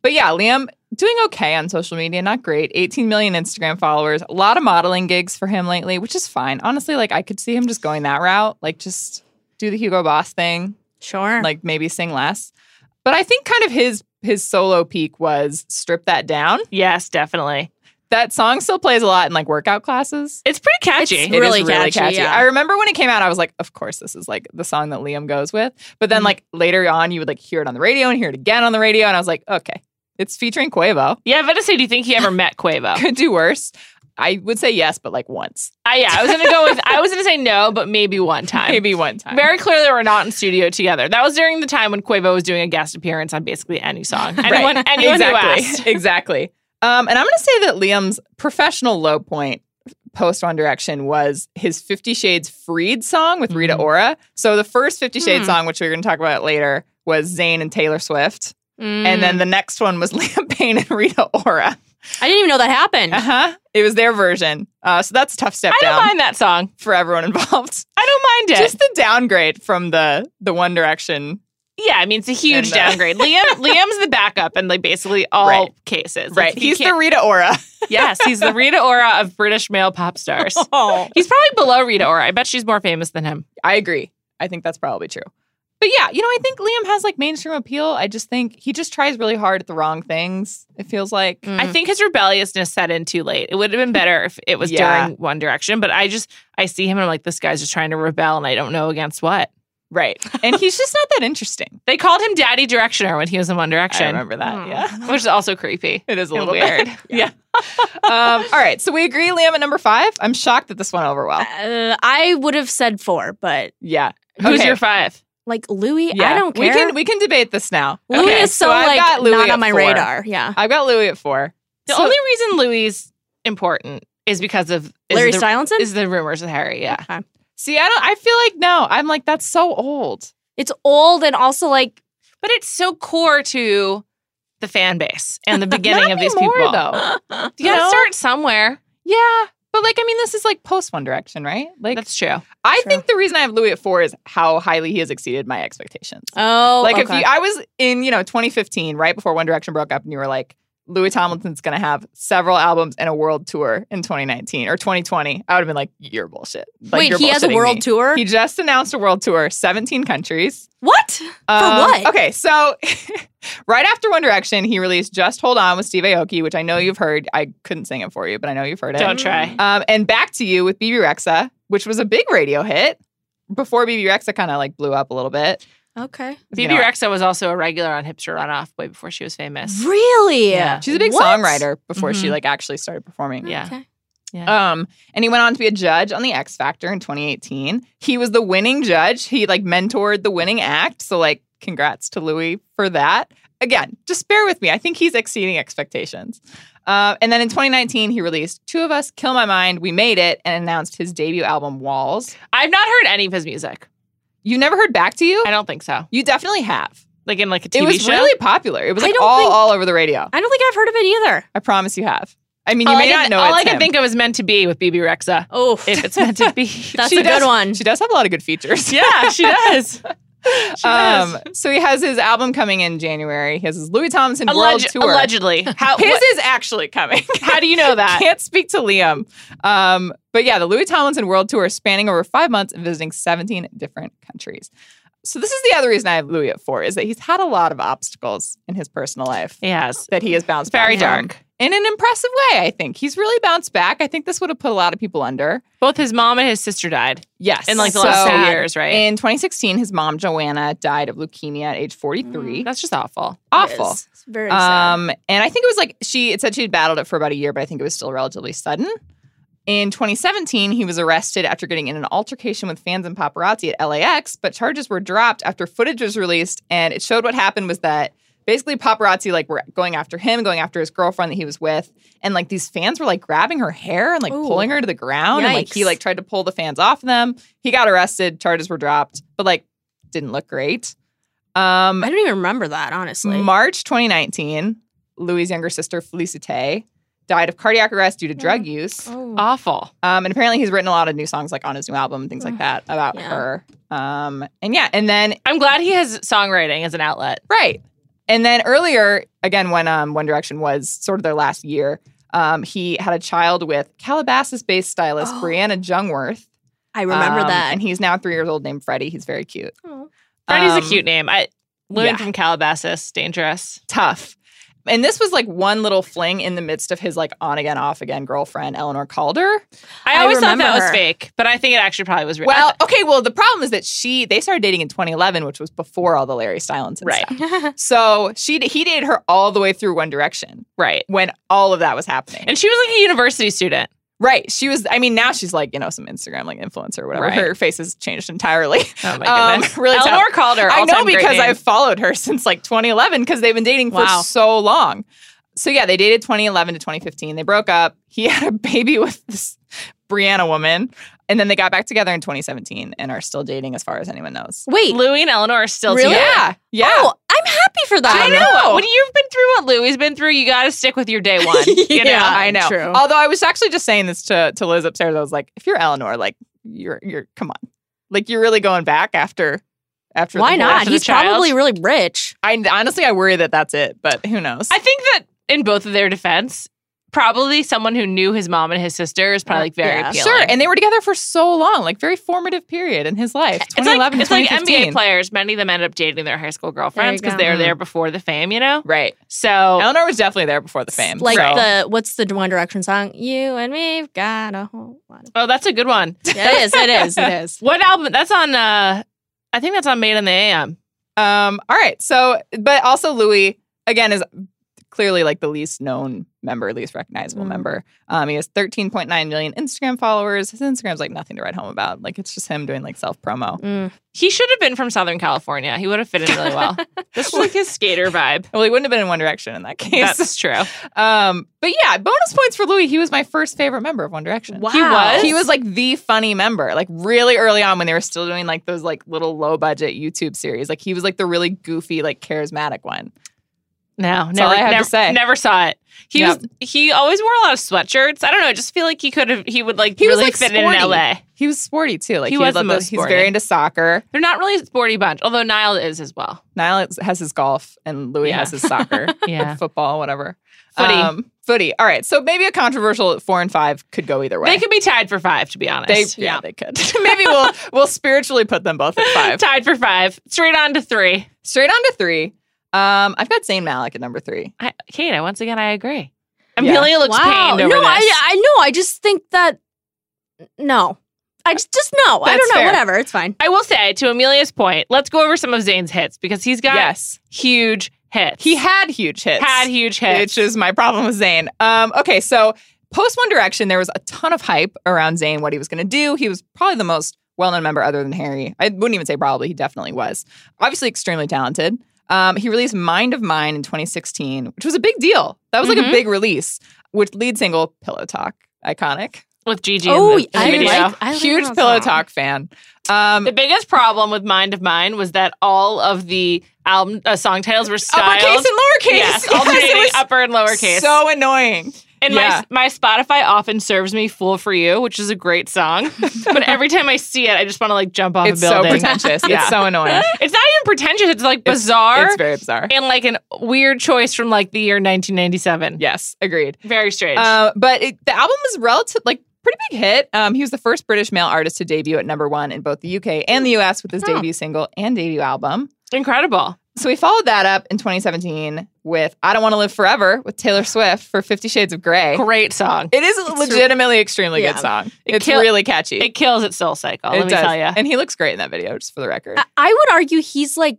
Speaker 2: But yeah, Liam doing okay on social media, not great. 18 million Instagram followers, a lot of modeling gigs for him lately, which is fine. Honestly, like I could see him just going that route, like just do the Hugo Boss thing,
Speaker 4: sure.
Speaker 2: like maybe sing less. But I think kind of his his solo peak was strip that down.
Speaker 3: yes, definitely.
Speaker 2: that song still plays a lot in like workout classes.
Speaker 3: It's pretty catchy.
Speaker 4: It's
Speaker 2: It is
Speaker 4: really catchy, yeah.
Speaker 2: I remember when it came out, I was like, of course, this is like the song that Liam goes with. But
Speaker 3: Mm-hmm.
Speaker 2: then, like, later on, you would like hear it on the radio and hear it again on the radio. And I was like, okay, it's featuring Quavo.
Speaker 3: yeah, I'm about to say, do you think he ever met Quavo?
Speaker 2: Could do worse. I would say yes, but like once,
Speaker 3: I, yeah, I was gonna go with. I was gonna say no, but maybe one time.
Speaker 2: maybe one time.
Speaker 3: Very clearly, we're not in studio together. That was during the time when Quavo was doing a guest appearance on basically any song. Anyone, anyone
Speaker 2: exactly.
Speaker 3: who asked.
Speaker 2: Exactly. Um, and I'm going to say that Liam's professional low point post One Direction was his Fifty Shades Freed song with Rita
Speaker 3: Mhm.
Speaker 2: Ora. So the first Fifty Shades
Speaker 3: Hmm.
Speaker 2: song, which we are going to talk about later, was Zayn and Taylor Swift.
Speaker 4: Mm.
Speaker 2: And
Speaker 3: Mm.
Speaker 2: then the next one was Liam Payne and Rita Ora.
Speaker 4: I didn't even know that happened.
Speaker 2: Uh huh. It was their version. Uh, so that's a tough step
Speaker 3: Uh-huh. I don't
Speaker 2: down
Speaker 3: mind that song.
Speaker 2: for everyone involved.
Speaker 3: I don't mind it.
Speaker 2: Just the downgrade from the the One Direction.
Speaker 3: yeah, I mean it's a huge
Speaker 2: And, uh,
Speaker 3: downgrade. Liam, Liam's the backup in like basically all
Speaker 2: Right.
Speaker 3: cases. Like,
Speaker 2: right.
Speaker 3: you
Speaker 2: He's the
Speaker 3: can't-
Speaker 2: Rita Ora.
Speaker 3: yes, he's the Rita Ora of British male pop stars.
Speaker 2: Oh.
Speaker 3: He's probably below Rita Ora. I bet she's more famous than him.
Speaker 2: I agree. I think that's probably true. But yeah, you know, I think Liam has like mainstream appeal. I just think he just tries really hard at the wrong things. It feels like
Speaker 3: I think his rebelliousness set in too late. It would have been better if it was
Speaker 2: Yeah.
Speaker 3: during One Direction, but I just I see him and I'm like, this guy's just trying to rebel, and I don't know against what.
Speaker 2: right, and he's just not that interesting.
Speaker 3: They called him Daddy Directioner when he was in One Direction.
Speaker 2: I remember that.
Speaker 3: Mm.
Speaker 2: Yeah,
Speaker 3: which is also creepy.
Speaker 2: it is a
Speaker 3: And
Speaker 2: little
Speaker 3: weird.
Speaker 2: bit.
Speaker 3: Yeah.
Speaker 2: um, all right, so we agree, Liam at number five. I'm shocked that this went over well.
Speaker 4: Uh, I would have said four, but
Speaker 2: Yeah,
Speaker 3: Who's
Speaker 2: Okay.
Speaker 3: your five?
Speaker 4: like Louis,
Speaker 2: yeah.
Speaker 4: I don't care.
Speaker 2: We can we can debate this now.
Speaker 4: Louis
Speaker 2: Okay,
Speaker 4: is so,
Speaker 2: I've
Speaker 4: like
Speaker 2: got Louis
Speaker 4: not
Speaker 2: at
Speaker 4: on my
Speaker 2: four.
Speaker 4: radar. Yeah,
Speaker 2: I've got Louis at four.
Speaker 3: The
Speaker 2: So-
Speaker 3: only reason Louis is important is because of is
Speaker 4: Larry
Speaker 3: the,
Speaker 4: Stylinson.
Speaker 3: is the rumors of Harry. Yeah,
Speaker 4: Okay.
Speaker 2: See, I don't. I feel like no. I'm like that's so old.
Speaker 4: It's old and also like
Speaker 3: but it's so core to the fan base and the beginning
Speaker 2: Not
Speaker 3: of these
Speaker 2: anymore,
Speaker 3: people.
Speaker 2: though.
Speaker 3: You gotta
Speaker 2: No.
Speaker 3: start somewhere.
Speaker 2: Yeah. But like, I mean, this is like post One Direction, right? Like,
Speaker 3: That's true.
Speaker 2: I
Speaker 4: true.
Speaker 2: think the reason I have Louis at four is how highly he has exceeded my expectations.
Speaker 4: oh,
Speaker 2: like,
Speaker 4: okay.
Speaker 2: if you, I was in, you know, 2015, right before One Direction broke up, and you were like, Louis Tomlinson's going to have several albums and a world tour in 2019 or 2020, I would have been like, you're bullshit. Like,
Speaker 4: wait,
Speaker 2: you're
Speaker 4: he has a
Speaker 2: bullshitting
Speaker 4: world
Speaker 2: me.
Speaker 4: tour.
Speaker 2: He just announced a world tour, 17 countries.
Speaker 4: what?
Speaker 2: Um,
Speaker 4: what?
Speaker 2: Okay, so right after One Direction, he released "Just Hold On" with Steve Aoki, which I know you've heard. I couldn't sing it for you, but I know you've heard it.
Speaker 3: Don't try.
Speaker 2: Um, and back to you with BB Rexa, which was a big radio hit before BB Rexa kind of like blew up a little bit.
Speaker 4: Okay,
Speaker 3: BB
Speaker 2: You know,
Speaker 3: Rexa was also a regular on Hipster Runoff way before she was famous.
Speaker 4: really?
Speaker 3: Yeah.
Speaker 2: She's a big
Speaker 4: What?
Speaker 2: songwriter before she
Speaker 3: Mhm.
Speaker 2: like actually started performing.
Speaker 3: Yeah.
Speaker 4: Okay.
Speaker 2: Um, and he went on to be a judge on the X Factor in 2018. He was the winning judge. He like mentored the winning act. So like, congrats to Louis for that. Again, just bear with me. I think he's exceeding expectations. Uh, and then in 2019, he released Two of Us, Kill My Mind, We Made It, and announced his debut album Walls.
Speaker 3: I've not heard any of his music.
Speaker 2: You never heard Back to You?
Speaker 3: I don't think so.
Speaker 2: You definitely have.
Speaker 3: Like in like a TV
Speaker 2: it was
Speaker 3: show.
Speaker 2: really popular. It was
Speaker 4: I
Speaker 2: like
Speaker 4: don't
Speaker 2: all,
Speaker 4: think-
Speaker 2: all over the radio.
Speaker 4: I don't think I've heard of it either.
Speaker 2: I promise you have. I mean, you
Speaker 3: all
Speaker 2: may
Speaker 3: I
Speaker 2: not
Speaker 3: can,
Speaker 2: know.
Speaker 3: all
Speaker 2: it's
Speaker 3: I can
Speaker 2: him.
Speaker 3: think of is meant to be with BB Rexa.
Speaker 4: Oh,
Speaker 3: If it's meant to be.
Speaker 4: that's
Speaker 2: she
Speaker 4: a
Speaker 2: does-
Speaker 4: good one.
Speaker 2: She does have a lot of good features.
Speaker 3: yeah, she does. She does.
Speaker 2: Um, so he has his album coming in January. He has his Louis Tomlinson World
Speaker 3: Alleg-
Speaker 2: Tour.
Speaker 3: allegedly. How,
Speaker 2: His
Speaker 3: what-
Speaker 2: is actually coming.
Speaker 3: how do you know that?
Speaker 2: Can't speak to Liam. Um, but yeah, the Louis Tomlinson World Tour is spanning over five months and visiting 17 different countries. So this is the other reason I have Louis at four is that he's had a lot of obstacles in his personal life
Speaker 3: Yes.
Speaker 2: that he has bounced
Speaker 3: Very
Speaker 2: back from
Speaker 3: dark.
Speaker 2: in an impressive way. I think he's really bounced back. I think this would have put a lot of people under.
Speaker 3: Both his mom and his sister died
Speaker 2: Yes,
Speaker 3: in like the
Speaker 2: So,
Speaker 3: last few years, right?
Speaker 2: In 2016, his mom Joanna died of leukemia at age 43.
Speaker 3: Mm, That's just awful.
Speaker 2: awful.
Speaker 4: It's very sad.
Speaker 2: Um, and I think it was like she it said she had battled it for about a year, but I think it was still relatively sudden. In 2017, he was arrested after getting in an altercation with fans and paparazzi at LAX, but charges were dropped after footage was released, and it showed what happened was that basically paparazzi like were going after him, going after his girlfriend that he was with, and like these fans were like grabbing her hair and like
Speaker 4: Ooh.
Speaker 2: pulling her to the ground, and like he
Speaker 4: Yikes.
Speaker 2: like tried to pull the fans off them. He got arrested, charges were dropped, but like didn't look great. Um,
Speaker 4: I don't even remember that honestly.
Speaker 2: March 2019, Louis' younger sister, Felicite, died of cardiac arrest due to drug use.
Speaker 4: oh.
Speaker 3: Awful.
Speaker 2: Um, and apparently, he's written a lot of new songs, like on his new album, things like that, about
Speaker 4: Yeah.
Speaker 2: her. Um, and yeah, and then,
Speaker 3: I'm glad he has songwriting as an outlet.
Speaker 2: right. And then earlier, again, when um, One Direction was sort of their last year, um, he had a child with Calabasas based stylist
Speaker 4: Oh.
Speaker 2: Brianna Jungworth.
Speaker 4: I remember
Speaker 2: Um,
Speaker 4: that.
Speaker 2: And he's now three years old named Freddie. He's very cute.
Speaker 4: Oh.
Speaker 3: Freddie's
Speaker 2: Um,
Speaker 3: a cute name. I women
Speaker 2: yeah.
Speaker 3: from Calabasas, dangerous.
Speaker 2: tough. And this was like one little fling in the midst of his like on again, off again girlfriend, Eleanor Calder.
Speaker 3: I
Speaker 4: I
Speaker 3: always thought
Speaker 4: remember
Speaker 3: that was
Speaker 4: her.
Speaker 3: fake, but I think it actually probably was real. I
Speaker 2: Well, okay, well, the problem is that she they started dating in 2011, which was before all the Larry Stylins and
Speaker 3: Right.
Speaker 2: stuff. So she he dated her all the way through One Direction
Speaker 3: th- right.
Speaker 2: when all of that was happening.
Speaker 3: And she was like a university student.
Speaker 2: right, she was. I mean, now she's like you know some Instagram like influencer or whatever.
Speaker 3: Right.
Speaker 2: Her face has changed entirely.
Speaker 3: Oh
Speaker 2: Um,
Speaker 3: my goodness.
Speaker 2: really tough.
Speaker 3: Eleanor Calder.
Speaker 2: I know
Speaker 3: all-time great
Speaker 2: because
Speaker 3: name.
Speaker 2: I've followed her since like 2011 because they've been dating
Speaker 3: Wow.
Speaker 2: for so long. So yeah, they dated 2011 to 2015. They broke up. He had a baby with this Brianna woman, and then they got back together in 2017 and are still dating as far as anyone knows.
Speaker 4: Wait.
Speaker 3: Louis and Eleanor are still
Speaker 4: Really?
Speaker 3: together.
Speaker 2: Yeah, yeah.
Speaker 4: Oh, I'm happy for
Speaker 2: I
Speaker 4: that.
Speaker 2: know.
Speaker 4: Oh.
Speaker 3: When you've been through what Louie's been through, you got to stick with your day one. You
Speaker 4: Yeah,
Speaker 3: know?
Speaker 2: I know.
Speaker 4: true.
Speaker 2: Although I was actually just saying this to to Liz upstairs. I was like, if you're Eleanor, like you're you're come on, like you're really going back after after.
Speaker 4: Why
Speaker 2: the
Speaker 4: not?
Speaker 3: for the
Speaker 4: He's
Speaker 3: child.
Speaker 4: probably really rich.
Speaker 2: I honestly I worry that that's it, but who knows?
Speaker 3: I think that in both of their defense, probably someone who knew his mom and his sister is probably like very
Speaker 4: Yeah.
Speaker 3: appealing.
Speaker 2: Sure, and they were together for so long, like very formative period in his life.
Speaker 3: It's like,
Speaker 2: 2011
Speaker 3: it's like NBA
Speaker 2: 2015.
Speaker 3: players. Many of them ended up dating their high school girlfriends
Speaker 4: There
Speaker 3: because
Speaker 4: you go.
Speaker 3: they were
Speaker 2: Mhm.
Speaker 3: there before the fame, you know?
Speaker 2: Right.
Speaker 3: So
Speaker 2: Eleanor was definitely there before the fame.
Speaker 4: Like
Speaker 2: so.
Speaker 4: the what's the One Direction song? You and me've got a whole lot of
Speaker 3: Oh, that's a good one.
Speaker 4: Yeah, it is, it is, it is.
Speaker 3: What album? That's on. uh I think that's on Made in the AM.
Speaker 2: um all right. So but also Louis again is clearly like the least known member, least recognizable
Speaker 4: Mm.
Speaker 2: member. Um he has 13.9 million Instagram followers. His Instagram's like nothing to write home about. Like it's just him doing like self promo.
Speaker 4: Mm.
Speaker 3: He should have been from Southern California. He would have fit in really well. this was like his skater vibe.
Speaker 2: Well, he wouldn't have been in One Direction in that case.
Speaker 3: That's true.
Speaker 2: um, but yeah, bonus points for Louis. He was my first favorite member of One Direction.
Speaker 4: Wow.
Speaker 3: was?
Speaker 2: He was like the funny member, like really early on when they were still doing like those like little low budget YouTube series. Like he was like the really goofy, like charismatic one.
Speaker 3: No,
Speaker 2: all
Speaker 3: never,
Speaker 2: I have to
Speaker 3: never,
Speaker 2: say.
Speaker 3: never saw it. He
Speaker 2: Yep.
Speaker 3: was he always wore a lot of sweatshirts. I don't know. I just feel like he could have. He would like
Speaker 2: He was,
Speaker 3: really
Speaker 2: like,
Speaker 3: fit in in
Speaker 2: sporty.
Speaker 3: L.A.
Speaker 2: He was sporty too. Like
Speaker 3: He
Speaker 2: he,
Speaker 3: was the
Speaker 2: loved
Speaker 3: most
Speaker 2: those- He's
Speaker 3: sporty.
Speaker 2: very into soccer.
Speaker 3: They're not really a sporty bunch, although Niall is as well.
Speaker 2: Niall has his golf, and Louis
Speaker 3: Yeah.
Speaker 2: has his soccer,
Speaker 3: Yeah,
Speaker 2: football, whatever.
Speaker 3: Footy.
Speaker 2: Um, footy. All right. So maybe a controversial four and five could go either way.
Speaker 3: they could be tied for five, to be
Speaker 2: They-
Speaker 3: honest.
Speaker 2: yeah, they could. maybe we'll we'll spiritually put them both at five.
Speaker 3: tied for five, straight on to three.
Speaker 2: Straight on to three. Um, I've got Zayn Malik at number three.
Speaker 3: I, Kate, I once again I agree.
Speaker 2: Yeah.
Speaker 3: Amelia looks pained over
Speaker 4: no,
Speaker 3: this.
Speaker 4: I I know. I just think that no. I just just no. I
Speaker 2: That's
Speaker 4: don't know.
Speaker 2: fair.
Speaker 4: Whatever. It's fine.
Speaker 3: I will say to Amelia's point, let's go over some of Zane's hits because he's got
Speaker 2: Yes,
Speaker 3: huge hits.
Speaker 2: he had huge hits.
Speaker 3: had huge
Speaker 2: which
Speaker 3: hits.
Speaker 2: is my problem with Zayn. Um, okay, so post One Direction, there was a ton of hype around Zayn, what he was going to do. He was probably the most well known member other than Harry. I wouldn't even say probably, he definitely was. Obviously, extremely talented. Um, he released Mind of Mine in 2016, which was a big deal. That was like
Speaker 3: Mm-hmm.
Speaker 4: Mhm.
Speaker 2: a big release, which lead single, Pillow Talk, iconic.
Speaker 3: with Gigi.
Speaker 4: Oh,
Speaker 3: in the,
Speaker 4: I
Speaker 3: the video.
Speaker 4: like- I
Speaker 2: Huge
Speaker 4: that
Speaker 2: Pillow
Speaker 4: song.
Speaker 2: Talk fan. Um,
Speaker 3: The biggest problem with Mind of Mine was that all of the album uh, song titles were styled.
Speaker 2: uppercase and lowercase.
Speaker 3: Yes,
Speaker 2: Yes,
Speaker 3: alternating
Speaker 2: it was
Speaker 3: upper and lowercase.
Speaker 2: So annoying.
Speaker 3: and
Speaker 2: yeah.
Speaker 3: my my Spotify often serves me "Fool for You," which is a great song, but every time I see it, I just want to like jump off
Speaker 2: It's
Speaker 3: a
Speaker 2: so
Speaker 3: building.
Speaker 2: pretentious.
Speaker 3: Yeah.
Speaker 2: It's so annoying.
Speaker 3: It's not even pretentious. It's like bizarre
Speaker 2: It's very bizarre.
Speaker 3: and like an weird choice from like the year 1997.
Speaker 2: Yes, agreed.
Speaker 3: Very strange.
Speaker 2: Uh, but it, the album was relative, like pretty big hit. Um, he was the first British male artist to debut at number one in both the UK and the US with his
Speaker 4: Huh.
Speaker 2: debut single and debut album.
Speaker 3: Incredible.
Speaker 2: So we followed that up in 2017 with "I Don't Want to Live Forever" with Taylor Swift for Fifty Shades of Grey.
Speaker 3: Great song.
Speaker 2: It is a legitimately extremely
Speaker 4: yeah.
Speaker 2: good song.
Speaker 3: It
Speaker 2: it's
Speaker 3: kill-
Speaker 2: really catchy.
Speaker 3: It kills at Soul Cycle.
Speaker 2: It
Speaker 3: let me
Speaker 2: does.
Speaker 3: tell you.
Speaker 2: And he looks great in that video, just for the record.
Speaker 4: I, I would argue he's like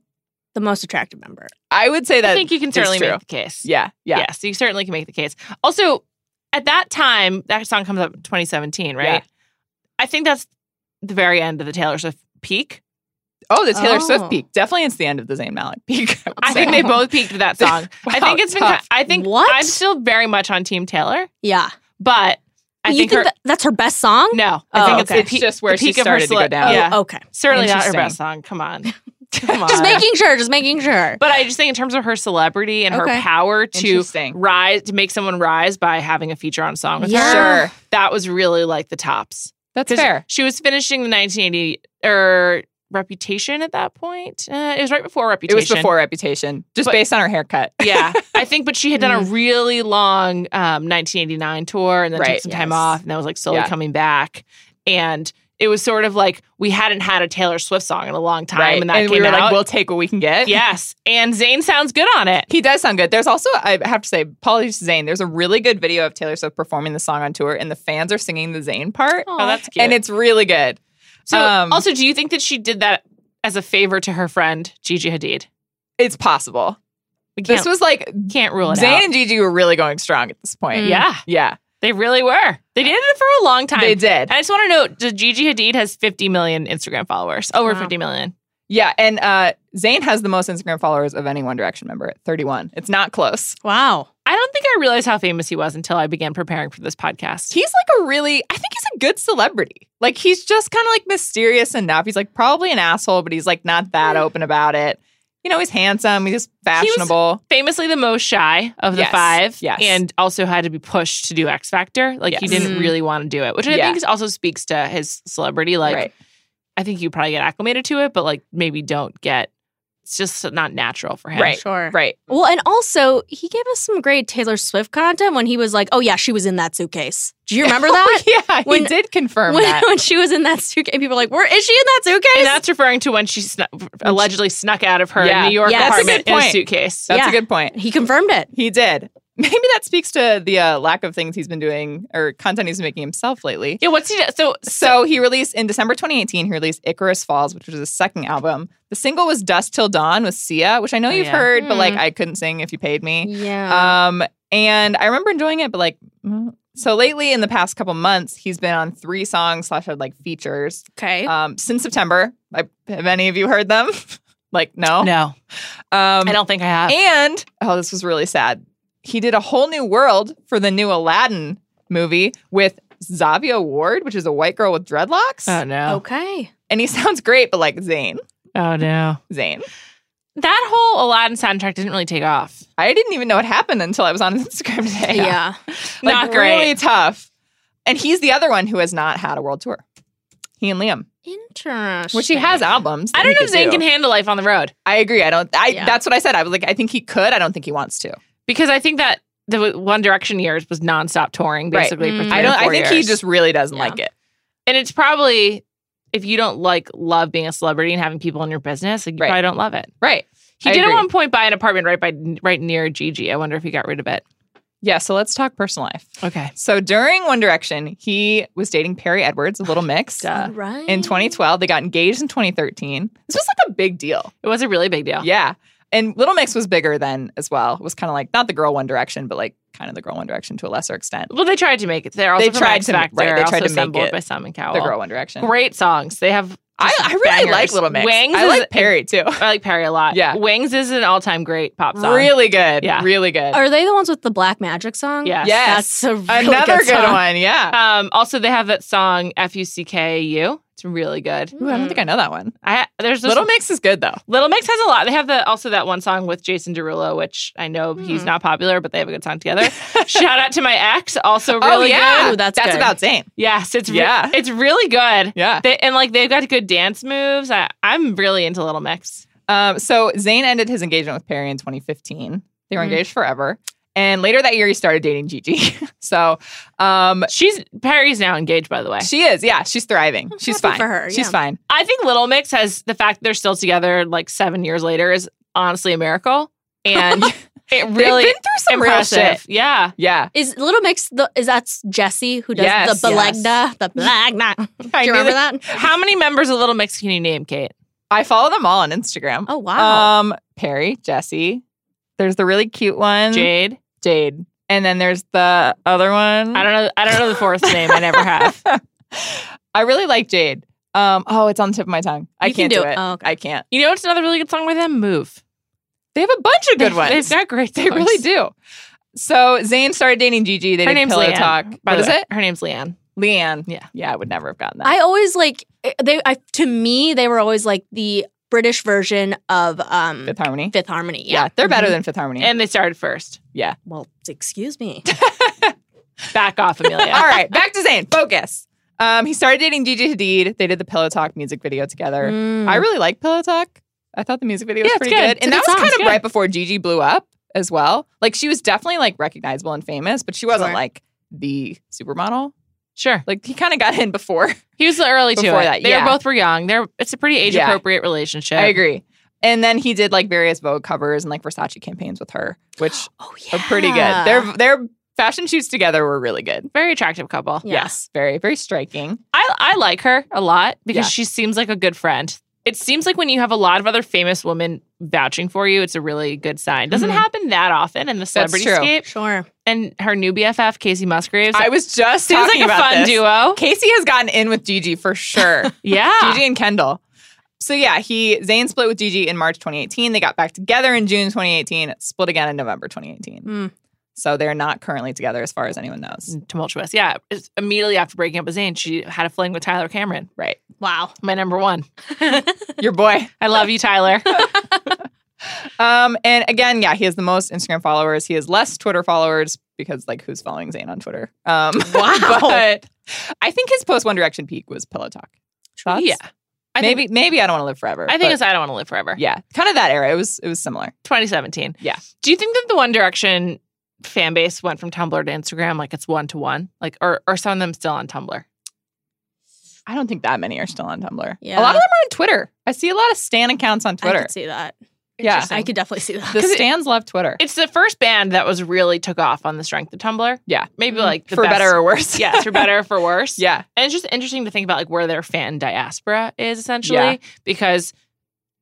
Speaker 4: the most attractive member.
Speaker 2: I would say that.
Speaker 3: I think you can
Speaker 2: is
Speaker 3: certainly
Speaker 2: true.
Speaker 3: make the case.
Speaker 2: yeah, yeah,
Speaker 3: Yes, you certainly can make the case. Also, at that time, that song comes up in 2017, right?
Speaker 2: Yeah.
Speaker 3: I think that's the very end of the Taylor Swift peak.
Speaker 2: Oh, the Taylor
Speaker 4: Oh.
Speaker 2: Swift peak. Definitely, it's the end of the Zayn Malik peak. would
Speaker 3: I think
Speaker 2: say.
Speaker 3: they both peaked with that song. I
Speaker 2: Wow,
Speaker 3: think it's been.
Speaker 2: tough.
Speaker 3: ki- I think
Speaker 4: What?
Speaker 3: I'm still very much on Team Taylor,
Speaker 4: Yeah.
Speaker 3: but I
Speaker 4: you
Speaker 3: think,
Speaker 4: think,
Speaker 3: her.
Speaker 4: that, that's her best song?
Speaker 3: no,
Speaker 4: Oh,
Speaker 3: I think
Speaker 2: okay.
Speaker 3: it's, the pe-
Speaker 2: It's just where
Speaker 3: the
Speaker 2: she
Speaker 3: peak of her
Speaker 2: started to go
Speaker 3: sole-
Speaker 2: down.
Speaker 3: Yeah,
Speaker 4: Oh, okay.
Speaker 3: certainly not her
Speaker 2: Interesting.
Speaker 3: best song. Come on, come on.
Speaker 4: Just making sure. Just making sure.
Speaker 3: But I just think in terms of her celebrity and
Speaker 4: Okay.
Speaker 3: her power to
Speaker 2: Interesting.
Speaker 3: rise to make someone rise by having a feature on a song with
Speaker 4: Yeah.
Speaker 3: her,
Speaker 2: Sure.
Speaker 3: that was really like the tops.
Speaker 2: That's
Speaker 3: 'Cause
Speaker 2: fair.
Speaker 3: She was finishing the 1980 or Reputation at that point. Uh, it was right before
Speaker 2: It
Speaker 3: Reputation.
Speaker 2: was before Reputation, just
Speaker 3: But-
Speaker 2: based on her haircut.
Speaker 3: yeah, I think, but she had
Speaker 2: Mm.
Speaker 3: done a really long um, 1989 tour and then took
Speaker 2: Right,
Speaker 3: some time
Speaker 4: yes.
Speaker 3: off, and that was like slowly
Speaker 2: Yeah.
Speaker 3: coming back. And it was sort of like we hadn't had a Taylor Swift song in a long time,
Speaker 2: Right.
Speaker 3: and that
Speaker 2: and
Speaker 3: came
Speaker 2: we were
Speaker 3: out.
Speaker 2: like, we'll take what we can get.
Speaker 3: yes, and Zayn sounds good on it.
Speaker 2: He does sound good. There's also, I have to say, apologies to Zayn. There's a really good video of Taylor Swift performing the song on tour, and the fans are singing the Zayn part.
Speaker 3: Oh, that's cute.
Speaker 2: And it's really good.
Speaker 3: so.
Speaker 2: um,
Speaker 3: also, do you think that she did that as a favor to her friend Gigi Hadid?
Speaker 2: It's possible.
Speaker 3: We can't,
Speaker 2: This was like
Speaker 3: can't rule it
Speaker 2: Zayn
Speaker 3: out.
Speaker 2: and Gigi were really going strong at this point.
Speaker 4: Mm.
Speaker 3: Yeah,
Speaker 2: Yeah.
Speaker 3: they really were. They did it for a long time.
Speaker 2: They did.
Speaker 3: I just want to note that Gigi Hadid has 50 million Instagram followers, over
Speaker 4: Wow.
Speaker 3: 50 million.
Speaker 2: Yeah. And uh, Zayn has the most Instagram followers of any One Direction member at 31. It's not close.
Speaker 4: Wow.
Speaker 3: I don't think I realized how famous he was until I began preparing for this podcast.
Speaker 2: He's like a really, I think he's a good celebrity. Like he's just kind of like mysterious enough. He's like probably an asshole, but he's like not
Speaker 4: Mm.
Speaker 2: that open about it. You know, he's handsome. He's fashionable.
Speaker 3: Famously, the most shy of the
Speaker 2: Yes.
Speaker 3: five,
Speaker 2: Yes.
Speaker 3: and also had to be pushed to do X Factor. Like he
Speaker 2: Yes.
Speaker 3: didn't
Speaker 4: Mm.
Speaker 3: really want to do it, which I
Speaker 2: Yeah.
Speaker 3: think is- also speaks to his celebrity. Like
Speaker 2: right.
Speaker 3: I think you probably get acclimated to it, but like maybe don't get. It's just not natural for him.
Speaker 2: Right.
Speaker 4: Sure.
Speaker 2: Right.
Speaker 4: Well, and also he gave us some great Taylor Swift content when he was like, "Oh yeah, she was in that suitcase." Do you remember that?
Speaker 2: yeah. Oh, He
Speaker 4: When-
Speaker 2: did confirm
Speaker 4: when,
Speaker 2: that.
Speaker 4: when she was in that suitcase, people were like, "Where is she in that suitcase?"
Speaker 3: And that's referring to when she snuck, allegedly snuck out of her
Speaker 2: Yeah.
Speaker 3: New York
Speaker 4: Yeah. That's a
Speaker 3: apartment
Speaker 2: good
Speaker 3: in a
Speaker 2: point.
Speaker 3: suitcase.
Speaker 2: That's a
Speaker 4: yeah.
Speaker 2: good point.
Speaker 4: he confirmed it.
Speaker 2: He did. Maybe that speaks to the uh, lack of things he's been doing or content he's been making himself lately.
Speaker 3: Yeah, what's he? do- So
Speaker 2: So he released in December 2018, he released Icarus Falls, which was his second album. The single was Dust Till Dawn with Sia, which I know
Speaker 3: Oh,
Speaker 2: you've
Speaker 3: yeah.
Speaker 2: heard, but like
Speaker 4: Mm.
Speaker 2: I couldn't sing if you paid me.
Speaker 4: Yeah.
Speaker 2: Um, and I remember enjoying it, but like, mm. so lately in the past couple months, he's been on three songs slash uh, like features
Speaker 4: okay.
Speaker 2: um, since September. I, have any of you heard them? like, no.
Speaker 3: no,
Speaker 2: Um,
Speaker 3: I don't think I have.
Speaker 2: and oh, this was really sad. He did a whole new world for the new Aladdin movie with Zavia Ward, which is a white girl with dreadlocks.
Speaker 3: Oh no.
Speaker 4: okay.
Speaker 2: and he sounds great, but like Zayn,
Speaker 3: Oh no.
Speaker 2: Zayn.
Speaker 3: That whole Aladdin soundtrack didn't really take off.
Speaker 2: I didn't even know it happened until I was on Instagram today.
Speaker 4: Yeah.
Speaker 2: Like,
Speaker 3: Not great.
Speaker 2: Really tough. And he's the other one who has not had a world tour. He and Liam,
Speaker 4: Interesting.
Speaker 2: which he has albums. that
Speaker 3: I don't
Speaker 2: he
Speaker 3: know if
Speaker 2: could
Speaker 3: Zayn
Speaker 2: do.
Speaker 3: can handle life on the road
Speaker 2: I agree. I don't. I.
Speaker 4: Yeah.
Speaker 2: That's what I said. I was like, I think he could. I don't think he wants to.
Speaker 3: because I think that the One Direction years was nonstop touring
Speaker 2: Right.
Speaker 3: basically for
Speaker 4: Mm.
Speaker 3: three
Speaker 2: I
Speaker 3: or
Speaker 2: don't. I
Speaker 3: four
Speaker 2: think he
Speaker 3: years.
Speaker 2: just really doesn't
Speaker 4: Yeah.
Speaker 2: like it.
Speaker 3: and it's probably if you don't like love being a celebrity and having people in your business, like you
Speaker 2: Right.
Speaker 3: probably don't love it.
Speaker 2: Right.
Speaker 3: He
Speaker 2: I
Speaker 3: did
Speaker 2: agree.
Speaker 3: at one point buy an apartment right by right near Gigi. I wonder if he got rid of it.
Speaker 2: Yeah. So let's talk personal life.
Speaker 3: Okay.
Speaker 2: So during One Direction, he was dating Perry Edwards, a little mix.
Speaker 3: Duh.
Speaker 4: right.
Speaker 2: uh, In 2012, they got engaged in 2013. This was like a big deal.
Speaker 3: It was a really big deal.
Speaker 2: Yeah. And Little Mix was bigger then as well. It was kind of like not the girl One Direction, but like kind of the girl One Direction to a lesser extent.
Speaker 3: Well, they tried to make it. They're also
Speaker 2: They
Speaker 3: from
Speaker 2: tried
Speaker 3: X
Speaker 2: to- right,
Speaker 3: Factor.
Speaker 2: they tried
Speaker 3: also
Speaker 2: to make
Speaker 3: assembled
Speaker 2: it
Speaker 3: by Simon Cowell.
Speaker 2: The girl One Direction.
Speaker 3: Great songs. They have.
Speaker 2: I,
Speaker 3: just
Speaker 2: I really like
Speaker 3: bangers.
Speaker 2: Little Mix.
Speaker 3: Wings
Speaker 2: I
Speaker 3: is-
Speaker 2: like Perry too.
Speaker 3: I like Perry a lot.
Speaker 2: Yeah.
Speaker 3: Wings is an all time great pop song.
Speaker 2: Really good.
Speaker 3: Yeah.
Speaker 2: Really good.
Speaker 4: Are they the ones with the black magic song?
Speaker 3: Yes.
Speaker 2: Yes.
Speaker 4: That's a really
Speaker 2: Another good,
Speaker 4: song.
Speaker 2: one. Yeah.
Speaker 3: Um, also, they have that song F U C K U. It's really good.
Speaker 2: Ooh, I don't think I know that one.
Speaker 3: I there's this,
Speaker 2: Little
Speaker 3: Little
Speaker 2: Mix is good though.
Speaker 3: Little Mix has a lot. They have the also that one song with Jason Derulo, which I know he's
Speaker 4: Hmm.
Speaker 3: not popular, but they have a good song together. Shout out to my ex, also really
Speaker 2: oh yeah,
Speaker 3: good.
Speaker 4: Ooh, that's
Speaker 2: that's
Speaker 4: good.
Speaker 2: about Zayn.
Speaker 3: Yes, it's re-
Speaker 2: Yeah.
Speaker 3: it's really good.
Speaker 2: Yeah.
Speaker 3: They, and like they've got good dance moves. I, I'm really into Little Mix.
Speaker 2: Um, so Zayn ended his engagement with Perry in 2015. They were
Speaker 4: Mm.
Speaker 2: engaged forever. And later that year, he started dating Gigi. so um,
Speaker 3: She's Perry's now engaged, by the way.
Speaker 2: she is, yeah, she's thriving. She's
Speaker 4: happy
Speaker 2: fine.
Speaker 4: for her,
Speaker 2: She's
Speaker 4: yeah.
Speaker 2: fine.
Speaker 3: I think Little Mix has the fact that they're still together like seven years later is honestly a miracle, and it really
Speaker 2: They've been through some
Speaker 3: impressive.
Speaker 2: real shit.
Speaker 3: Yeah,
Speaker 2: Yeah,
Speaker 4: Is Little Mix the is that's Jesse who does
Speaker 2: Yes.
Speaker 4: the
Speaker 2: Yes.
Speaker 4: Belegda, the Belegda. Do
Speaker 2: I
Speaker 4: you
Speaker 2: knew
Speaker 4: remember that?
Speaker 3: How many members of Little Mix can you name, Kate?
Speaker 2: I follow them all on Instagram.
Speaker 4: Oh wow.
Speaker 2: Um, Perry, Jesse. There's the really cute one,
Speaker 3: Jade.
Speaker 2: Jade. and then there's the other one.
Speaker 3: I don't know. I don't know the fourth name. I never have.
Speaker 2: I really like Jade. Um, oh, it's on the tip of my tongue. I
Speaker 4: You can
Speaker 2: can't
Speaker 4: do
Speaker 2: do
Speaker 4: it.
Speaker 2: it.
Speaker 4: Oh, okay.
Speaker 2: I can't.
Speaker 3: You know, it's another really good song by them. Move.
Speaker 2: They have a bunch of good
Speaker 3: They-
Speaker 2: ones.
Speaker 3: They've got great.
Speaker 2: They really do. So Zayn started dating Gigi. They
Speaker 3: Her
Speaker 2: did
Speaker 3: name's
Speaker 2: pillow
Speaker 3: Leanne,
Speaker 2: talk.
Speaker 3: By
Speaker 2: What
Speaker 3: the
Speaker 2: is
Speaker 3: way.
Speaker 2: it?
Speaker 3: Her name's Leanne.
Speaker 2: Leanne.
Speaker 3: Yeah.
Speaker 2: Yeah, I would never have gotten that.
Speaker 4: I always like eh, they I to me they were always like the British version of um
Speaker 2: Fifth Harmony.
Speaker 4: Fifth Harmony.
Speaker 2: Yeah,
Speaker 4: Yeah.
Speaker 2: they're better
Speaker 4: Mhm.
Speaker 2: than Fifth Harmony.
Speaker 3: And they started first.
Speaker 4: Well, excuse me.
Speaker 3: Back off, Amelia.
Speaker 2: All right, back to Zayn. Focus. Um, he started dating Gigi Hadid. They did the Pillow Talk music video together.
Speaker 4: Mm.
Speaker 2: I really like Pillow Talk. I thought the music video
Speaker 3: Yeah,
Speaker 2: was
Speaker 3: it's
Speaker 2: pretty
Speaker 3: good.
Speaker 2: good.
Speaker 3: It's
Speaker 2: And
Speaker 3: a
Speaker 2: that
Speaker 3: good
Speaker 2: was
Speaker 3: song.
Speaker 2: kind
Speaker 3: It's
Speaker 2: of
Speaker 3: good.
Speaker 2: right before Gigi blew up as well. Like she was definitely like recognizable and famous, but she wasn't
Speaker 4: Sure.
Speaker 2: like the supermodel.
Speaker 3: Sure.
Speaker 2: Like he kind of got in before.
Speaker 3: He was the early to
Speaker 2: Before
Speaker 3: it.
Speaker 2: that,
Speaker 3: They
Speaker 2: yeah.
Speaker 3: were both were young. They're it's a pretty age appropriate relationship.
Speaker 2: I agree. And then he did like various Vogue covers and like Versace campaigns with her, which
Speaker 4: Oh yeah,
Speaker 2: are pretty good. Their their fashion shoots together were really good.
Speaker 3: Very attractive couple.
Speaker 4: Yeah.
Speaker 2: Yes, very very striking.
Speaker 3: I I like her a lot because
Speaker 2: Yeah.
Speaker 3: she seems like a good friend. It seems like when you have a lot of other famous women vouching for you, it's a really good sign. Doesn't
Speaker 2: Mhm.
Speaker 3: happen that often in the celebrity
Speaker 2: true.
Speaker 3: scape.
Speaker 4: sure.
Speaker 3: And her new BFF, Casey Musgraves,
Speaker 2: I was just
Speaker 3: seems
Speaker 2: talking
Speaker 3: like a
Speaker 2: about
Speaker 3: fun
Speaker 2: this.
Speaker 3: duo.
Speaker 2: Casey has gotten in with Gigi for sure.
Speaker 3: Yeah,
Speaker 2: Gigi and Kendall. So yeah, he Zayn split with Gigi in March 2018. They got back together in June 2018. Split again in November 2018.
Speaker 3: Hmm.
Speaker 4: Mm.
Speaker 2: So they're not currently together, as far as anyone knows.
Speaker 3: Mm, tumultuous. Yeah, It's immediately after breaking up with Zayn, she had a fling with Tyler Cameron.
Speaker 2: Right,
Speaker 4: Wow.
Speaker 3: My number one.
Speaker 2: your boy.
Speaker 3: I love you, Tyler.
Speaker 2: Um, and again, yeah, he has the most Instagram followers. He has less Twitter followers because like who's following Zayn on Twitter? Um,
Speaker 4: Wow.
Speaker 2: but I think his post One Direction peak was Pillow Talk. Thoughts?
Speaker 3: yeah, I
Speaker 2: maybe
Speaker 3: Think,
Speaker 2: maybe I don't want to live forever.
Speaker 3: I
Speaker 2: but
Speaker 3: think it's I don't want to live forever.
Speaker 2: yeah, kind of that era. It was it was similar.
Speaker 3: 2017.
Speaker 2: Yeah.
Speaker 3: Do you think that the One Direction fan base went from Tumblr to Instagram like it's one to one? Like, or are some of them still on Tumblr?
Speaker 2: I don't think that many are still on Tumblr. A
Speaker 4: Yeah.
Speaker 2: lot of them are on Twitter. I see a lot of Stan accounts on
Speaker 4: I
Speaker 2: Twitter.
Speaker 4: could see that.
Speaker 2: Yeah.
Speaker 4: I could definitely see that.
Speaker 2: The
Speaker 3: 'Cause it-
Speaker 2: Stans love Twitter.
Speaker 3: It's the first band that was really took off on the strength of Tumblr.
Speaker 2: Yeah.
Speaker 3: Maybe like the
Speaker 2: for
Speaker 3: best-
Speaker 2: better or worse.
Speaker 3: yes, for better or for worse.
Speaker 2: yeah.
Speaker 3: And it's just interesting to think about like where their fan diaspora is essentially
Speaker 2: Yeah.
Speaker 3: because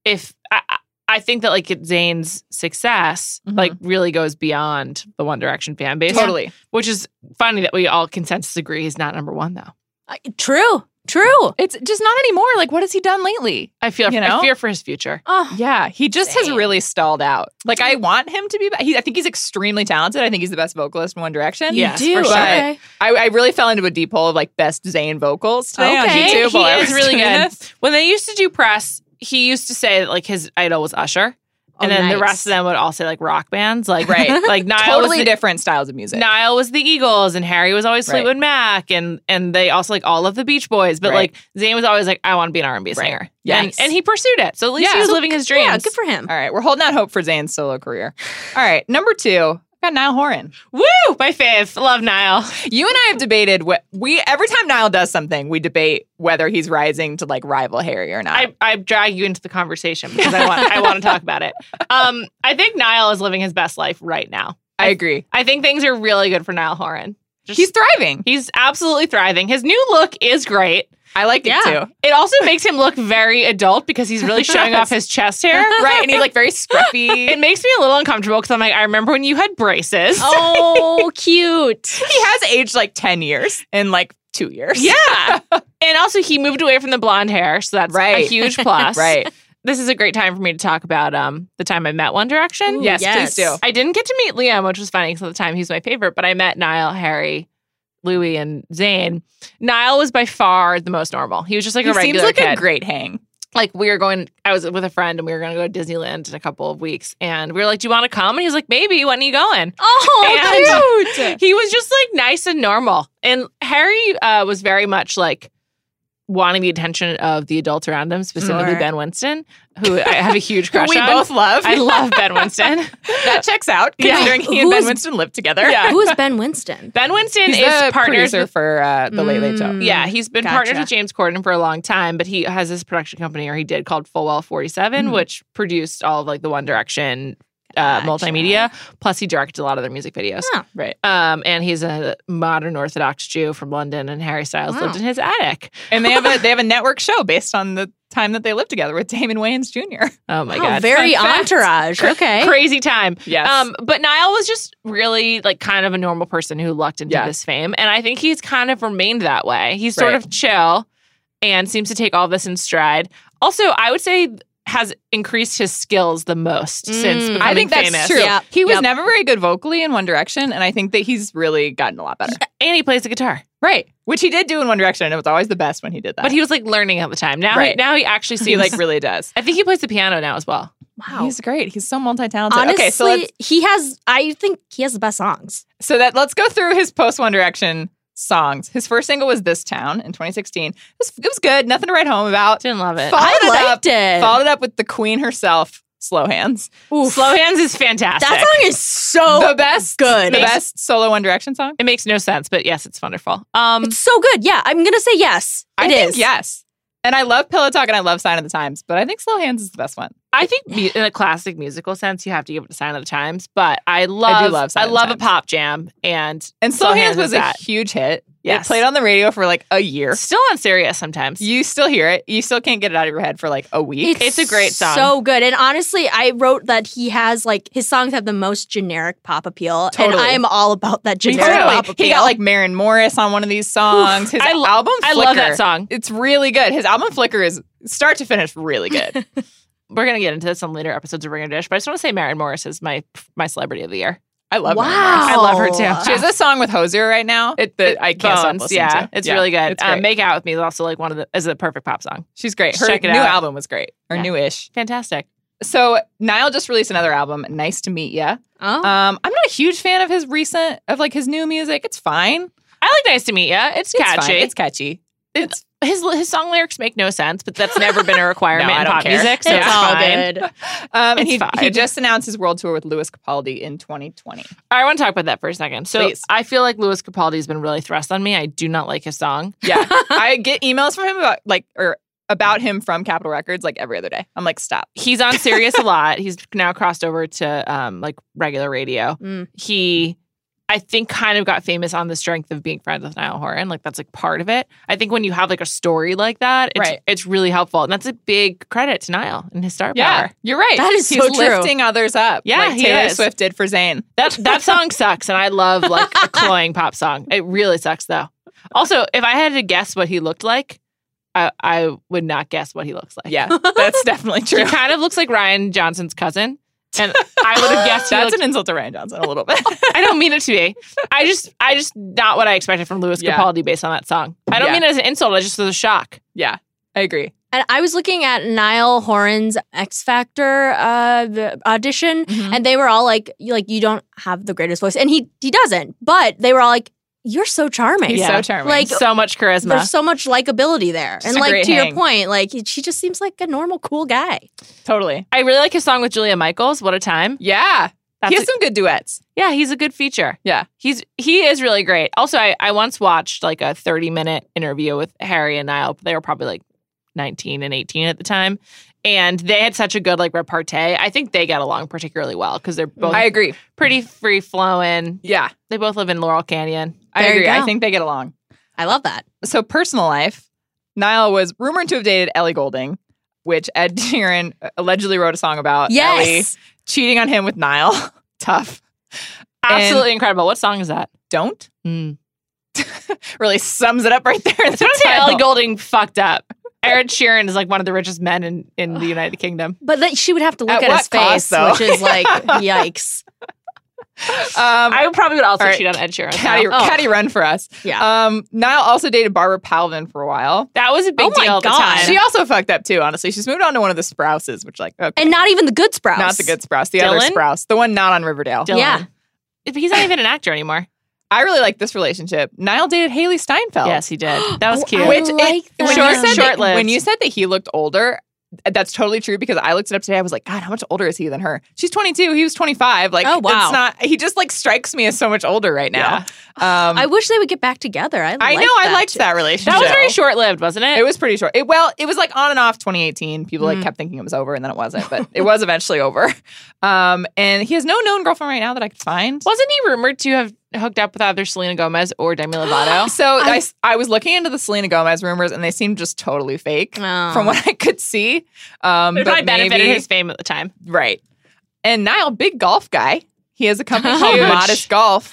Speaker 3: if I, I- I think that like Zayn's success
Speaker 2: Mhm.
Speaker 3: like really goes beyond the One Direction fan base.
Speaker 2: Totally.
Speaker 3: Which is funny that we all consensus agree he's not number one though.
Speaker 4: I- True. True.
Speaker 2: It's just not anymore. Like, what has he done lately?
Speaker 3: I fear
Speaker 2: You
Speaker 3: I
Speaker 2: know?
Speaker 3: fear for his future.
Speaker 4: Oh,
Speaker 2: Yeah, he just has
Speaker 4: Same.
Speaker 2: really stalled out. Like I want him to be. ba- He, I think he's extremely talented. I think he's the best vocalist in One Direction.
Speaker 4: you
Speaker 3: yes,
Speaker 4: do.
Speaker 3: for sure.
Speaker 4: Okay.
Speaker 2: I, I really fell into a deep hole of like best Zayn vocals today on
Speaker 4: Okay,
Speaker 2: YouTube.
Speaker 3: he
Speaker 2: while I
Speaker 3: is
Speaker 2: was
Speaker 3: really
Speaker 2: doing
Speaker 3: good.
Speaker 2: this.
Speaker 3: When they used to do press, he used to say that like his idol was Usher. And
Speaker 4: Oh,
Speaker 3: then the
Speaker 4: nice.
Speaker 3: rest of them would all say like rock bands. Like
Speaker 2: Right.
Speaker 3: like Niall was
Speaker 2: Totally
Speaker 3: the,
Speaker 2: different styles of music.
Speaker 3: Niall was the Eagles and Harry was always
Speaker 2: Right.
Speaker 3: Fleetwood Mac and and they also like all of the Beach Boys. But
Speaker 2: Right.
Speaker 3: like Zayn was always like, I want to be an R and B
Speaker 2: Right.
Speaker 3: singer. And,
Speaker 2: Yes.
Speaker 3: and he pursued it. So at least
Speaker 2: Yeah.
Speaker 3: he was
Speaker 2: So
Speaker 3: living his dreams.
Speaker 4: Yeah, good for him.
Speaker 2: All right, we're holding out hope for Zayn's solo career. All right, number two. I've Got Niall Horan.
Speaker 3: Woo! My fave. Love Niall.
Speaker 2: You and I have debated what we every time Niall does something, we debate whether he's rising to like rival Harry or not.
Speaker 3: I, I drag you into the conversation because I want I want to talk about it. Um, I think Niall is living his best life right now.
Speaker 2: I agree.
Speaker 3: I think things are really good for Niall Horan. Just-
Speaker 2: He's thriving.
Speaker 3: he's absolutely thriving. His new look is great.
Speaker 2: I like
Speaker 4: Yeah.
Speaker 2: it too.
Speaker 3: It also makes him look very adult because he's really showing off his chest hair.
Speaker 2: Right, and he's like very scruffy.
Speaker 3: It makes me a little uncomfortable because I'm like, I remember when you had braces.
Speaker 4: Oh, cute.
Speaker 2: he has aged like 10 years in like two years.
Speaker 3: yeah. and also, he moved away from the blonde hair, so that's a
Speaker 2: Right.
Speaker 3: huge plus.
Speaker 2: Right.
Speaker 3: This is a great time for me to talk about um the time I met One Direction.
Speaker 4: Ooh,
Speaker 2: yes,
Speaker 4: yes.
Speaker 2: please do.
Speaker 3: I didn't get to meet Liam, which was funny because at the time he was my favorite, but I met Niall, Harry, Louis, and Zane. Niall was by far the most normal. He was just like a
Speaker 2: he seems
Speaker 3: regular
Speaker 2: like
Speaker 3: kid.
Speaker 2: a great hang.
Speaker 3: like we were going, I was with a friend and we were going to go to Disneyland in a couple of weeks. And we were like, do you want to come? And he was like, maybe. When are you going?
Speaker 4: Oh,
Speaker 3: And-
Speaker 4: cute.
Speaker 3: He was just like nice and normal. And Harry uh, was very much like wanting the attention of the adults around him, specifically
Speaker 4: Sure.
Speaker 3: Ben Winston, who I have a huge
Speaker 2: Who
Speaker 3: crush
Speaker 2: we
Speaker 3: on.
Speaker 2: both love.
Speaker 3: I love Ben Winston.
Speaker 2: that checks out
Speaker 3: Yeah.
Speaker 2: considering he and Ben
Speaker 4: Who's-
Speaker 2: Winston lived together.
Speaker 3: yeah.
Speaker 4: Who is Ben Winston?
Speaker 3: Ben Winston
Speaker 2: He's
Speaker 3: is
Speaker 2: the
Speaker 3: partners
Speaker 2: producer
Speaker 3: with Mm-hmm.
Speaker 2: for uh, the Late Late Show.
Speaker 4: Mm.
Speaker 3: Yeah, he's been partnered
Speaker 4: Gotcha.
Speaker 3: with James Corden for a long time, but he has this production company, or he did, called Fullwell Forty
Speaker 2: Mhm.
Speaker 4: Mm-hmm.
Speaker 3: which produced all of like the One Direction uh,
Speaker 4: Gotcha.
Speaker 3: multimedia. Plus, he directed a lot of their music videos.
Speaker 4: Huh.
Speaker 2: Right.
Speaker 3: Um, and he's a modern Orthodox Jew from London, and Harry Styles
Speaker 4: Wow.
Speaker 3: lived in his attic.
Speaker 2: And they have a they have a network show based on the time that they lived together with Damon Wayans Jr.
Speaker 3: Oh my
Speaker 4: oh,
Speaker 3: god,
Speaker 4: very eh?
Speaker 3: Fun fact.
Speaker 4: entourage. Okay.
Speaker 3: Crazy time.
Speaker 2: Yes.
Speaker 3: Um, but Niall was just really like kind of a normal person who lucked into
Speaker 2: Yeah.
Speaker 3: this fame. And I think he's kind of remained that way. He's sort
Speaker 2: Right.
Speaker 3: of chill and seems to take all this in stride. Also, I would say has increased his skills the most since
Speaker 4: Mm.
Speaker 3: becoming
Speaker 2: I think that's
Speaker 3: famous.
Speaker 2: true.
Speaker 4: Yep.
Speaker 2: He was
Speaker 4: Yep.
Speaker 2: never very good vocally in One Direction, and I think that he's really gotten a lot better.
Speaker 3: And he plays the guitar.
Speaker 2: Right. Which he did do in One Direction, and it was always the best when he did that.
Speaker 3: But he was like learning at the time. Now he,
Speaker 2: Right.
Speaker 3: now he actually
Speaker 2: he
Speaker 3: seems
Speaker 2: like
Speaker 3: like
Speaker 2: really does.
Speaker 3: I think he plays the piano now as well.
Speaker 4: Wow.
Speaker 2: He's great. He's so multi-talented.
Speaker 4: Honestly,
Speaker 2: okay, so let's,
Speaker 4: he has. I think he has the best songs.
Speaker 2: so that let's go through his post One Direction songs. His first single was "This Town" in 2016. It was, it was good. Nothing to write home about.
Speaker 3: Didn't love it.
Speaker 2: Followed
Speaker 4: I
Speaker 2: it up,
Speaker 4: liked it.
Speaker 2: Followed it up with "The Queen Herself," Slow Hands.
Speaker 4: Oof.
Speaker 3: Slow Hands is fantastic.
Speaker 4: That song is so
Speaker 2: the best,
Speaker 4: Oh, good.
Speaker 2: the best solo One Direction song.
Speaker 3: it makes no sense, but yes, it's wonderful. Um,
Speaker 4: It's so good. Yeah, I'm gonna say yes.
Speaker 2: I
Speaker 4: It
Speaker 2: think
Speaker 4: is.
Speaker 2: yes. And I love Pillow Talk and I love Sign of the Times, but I think Slow Hands is the best one.
Speaker 3: I think mu- in a classic musical sense, you have to give it a sign of the times. But I love, I,
Speaker 2: love Sign of the
Speaker 3: love a
Speaker 2: Times.
Speaker 3: pop jam, and
Speaker 2: And Slow, Hands was
Speaker 3: is
Speaker 2: a
Speaker 3: that.
Speaker 2: huge hit.
Speaker 3: Yes.
Speaker 2: It played on the radio for like a year.
Speaker 3: It's still on Sirius sometimes.
Speaker 2: You still hear it. You still can't get it out of your head for like a week.
Speaker 3: It's a great song.
Speaker 4: So good. And honestly, I wrote that he has like his songs have the most generic pop appeal. And
Speaker 2: Totally.
Speaker 4: I am all about that
Speaker 2: He
Speaker 4: generic
Speaker 3: too.
Speaker 4: pop
Speaker 2: got,
Speaker 4: appeal.
Speaker 2: like Marin Morris on one of these songs. His
Speaker 3: I lo-
Speaker 2: album
Speaker 3: I love that
Speaker 2: Flicker,
Speaker 3: song.
Speaker 2: It's really good. His album Flicker is start to finish really good.
Speaker 3: We're gonna get into this on later episodes of Ringer Dish, but I just want to say Maren Morris is my my celebrity of the year.
Speaker 2: I love
Speaker 4: wow.
Speaker 2: Marin Morris.
Speaker 3: I love her too.
Speaker 2: She has a song with Hosier right now it, that I can't stop
Speaker 3: Bones,
Speaker 2: listening
Speaker 3: yeah,
Speaker 2: to.
Speaker 3: it's really good.
Speaker 2: It's
Speaker 3: Uh,
Speaker 2: great.
Speaker 3: Make out with me is also like one of the is a perfect pop song.
Speaker 2: She's great. Her
Speaker 3: Check it
Speaker 2: new
Speaker 3: out.
Speaker 2: album was great. Or
Speaker 3: Yeah.
Speaker 2: newish.
Speaker 3: Fantastic.
Speaker 2: So Niall just released another album, Nice to Meet Ya.
Speaker 4: Oh.
Speaker 2: Um, I'm not a huge fan of his recent of like his new music. It's fine.
Speaker 3: I like Nice to Meet You. It's
Speaker 2: It's
Speaker 3: catchy.
Speaker 2: fine. It's catchy.
Speaker 3: It's- his his song lyrics make no sense, but that's never been a requirement
Speaker 2: No, I
Speaker 3: in
Speaker 2: don't
Speaker 3: pop
Speaker 2: care.
Speaker 3: music. So
Speaker 4: it's
Speaker 3: it's
Speaker 4: all
Speaker 3: fine.
Speaker 4: good.
Speaker 2: Um, and
Speaker 3: It's
Speaker 2: he, he
Speaker 3: fine.
Speaker 2: just announced his world tour with Louis Capaldi in 2020.
Speaker 3: I want to talk about that for a second. So
Speaker 2: Please.
Speaker 3: I feel like Louis Capaldi has been really thrust on me. I do not like his song.
Speaker 2: Yeah, I get emails from him about like or about him from Capitol Records like every other day. I'm like, stop.
Speaker 3: He's on Sirius a lot. He's now crossed over to um, like regular radio.
Speaker 4: Mm.
Speaker 3: He, I think, kind of got famous on the strength of being friends with Niall Horan. Like that's like part of it. I think when you have like a story like that, it's,
Speaker 2: Right.
Speaker 3: it's really helpful, and that's a big credit to Niall and his star
Speaker 2: Yeah,
Speaker 3: power.
Speaker 2: you're right.
Speaker 4: That is
Speaker 2: He's
Speaker 4: so true.
Speaker 2: lifting others up.
Speaker 3: Yeah,
Speaker 2: like
Speaker 3: he
Speaker 2: Taylor
Speaker 3: is.
Speaker 2: Swift did for Zayn.
Speaker 3: That that song sucks, and I love like a cloying pop song. It really sucks though. Also, if I had to guess what he looked like, I, I would not guess what he looks like.
Speaker 2: Yeah, that's definitely true.
Speaker 3: He kind of looks like Ryan Johnson's cousin. And I would have guessed he
Speaker 2: that's
Speaker 3: looked,
Speaker 2: an insult to Ryan Johnson a little bit.
Speaker 3: I don't mean it to be. I just I just not what I expected from Louis
Speaker 2: Yeah.
Speaker 3: Capaldi based on that song. I don't
Speaker 2: Yeah.
Speaker 3: mean it as an insult, I just was a shock.
Speaker 2: yeah, I agree.
Speaker 4: And I was looking at Niall Horan's X Factor uh, the audition,
Speaker 3: Mm-hmm.
Speaker 2: Mm-hmm.
Speaker 4: and they were all like, you- "Like you don't have the greatest voice," and he he doesn't. But they were all like, "You're so charming.
Speaker 2: He's
Speaker 3: Yeah.
Speaker 2: so charming.
Speaker 4: Like,
Speaker 3: So much charisma.
Speaker 4: There's so much likability there."
Speaker 2: Just
Speaker 4: and
Speaker 2: a
Speaker 4: like
Speaker 2: great
Speaker 4: to
Speaker 2: hang.
Speaker 4: your point, like he- she just seems like a normal, cool guy.
Speaker 2: totally.
Speaker 3: I really like his song with Julia Michaels. What a time.
Speaker 2: Yeah,
Speaker 3: That's
Speaker 2: he has some good duets.
Speaker 3: Yeah, he's a good feature.
Speaker 2: Yeah.
Speaker 3: He's he is really great. Also, I, I once watched like a 30 minute interview with Harry and Niall. They were probably like 19 and 18 at the time. And they had such a good like repartee. I think they got along particularly well because they're both
Speaker 2: I agree.
Speaker 3: pretty free flowing.
Speaker 2: Yeah,
Speaker 3: They both live in Laurel Canyon.
Speaker 2: I
Speaker 4: There you
Speaker 2: agree. I
Speaker 4: go.
Speaker 2: think they get along.
Speaker 4: I love that.
Speaker 2: So, personal life, Niall was rumored to have dated Ellie Golding, which Ed Sheeran uh, allegedly wrote a song about. Uh, Ellie
Speaker 4: Yes,
Speaker 2: cheating on him with Niall. Tough.
Speaker 3: Absolutely incredible. What song is that?
Speaker 2: Don't
Speaker 3: Mm.
Speaker 2: really sums it up right there. in the
Speaker 3: So don't say
Speaker 2: title.
Speaker 3: Ellie Golding fucked up. Aaron Sheeran is like one of the richest men in, in the United Kingdom.
Speaker 4: but that she would have to
Speaker 2: At
Speaker 4: look at,
Speaker 2: what
Speaker 4: his face,
Speaker 2: cost, though?
Speaker 4: which is like, yikes.
Speaker 2: Um,
Speaker 3: I would probably would also
Speaker 2: All right.
Speaker 3: cheat on Ed Sheeran.
Speaker 2: Caddy,
Speaker 3: though.
Speaker 4: Oh.
Speaker 2: caddy run for us.
Speaker 4: Yeah.
Speaker 2: Um, Niall also dated Barbara Palvin for a while.
Speaker 3: That was a big
Speaker 4: Oh my
Speaker 3: deal at the
Speaker 4: God.
Speaker 3: time.
Speaker 2: She also fucked up too, honestly. She's moved on to one of the Sprouses, which, like, okay,
Speaker 4: and not even the good sprouse.
Speaker 2: not the good Sprouse, the other
Speaker 3: Dylan?
Speaker 2: Sprouse, the one not on Riverdale.
Speaker 3: Dylan.
Speaker 4: Yeah.
Speaker 3: But He's not even an actor anymore.
Speaker 2: I really like this relationship. Niall dated Haley Steinfeld.
Speaker 3: Yes, he did. That was
Speaker 4: Oh,
Speaker 3: cute.
Speaker 4: I
Speaker 2: Which it-
Speaker 4: like
Speaker 2: when you,
Speaker 3: Short-
Speaker 4: that.
Speaker 2: said that,
Speaker 3: short-lived.
Speaker 2: when you said that he looked older, that's totally true because I looked it up today. I was like, God, how much older is he than her? She's 22. He was 25. Like,
Speaker 4: Oh, wow.
Speaker 2: it's not, he just like strikes me as so much older right now. Um,
Speaker 4: I wish they would get back together. I,
Speaker 2: I
Speaker 4: like
Speaker 2: know.
Speaker 4: That
Speaker 2: I liked
Speaker 4: too.
Speaker 2: that relationship.
Speaker 3: that was very short lived, wasn't it?
Speaker 2: It was pretty short. It, well, it was like on and off 2018. People like
Speaker 4: Mhm.
Speaker 2: kept thinking it was over and then it wasn't, but it was eventually over. Um, and he has no known girlfriend right now that I could find.
Speaker 3: Wasn't he rumored to have hooked up with either Selena Gomez or Demi Lovato?
Speaker 2: So I,
Speaker 4: I-
Speaker 2: s- I was looking into the Selena Gomez rumors and they seemed just totally fake
Speaker 4: Oh.
Speaker 2: from what I could see. Um,
Speaker 3: it
Speaker 2: but
Speaker 3: probably benefited
Speaker 2: maybe-
Speaker 3: his fame at the time.
Speaker 2: Right. And Niall, big golf guy. He has a
Speaker 4: Oh,
Speaker 2: company called
Speaker 3: Huge.
Speaker 2: Modest Golf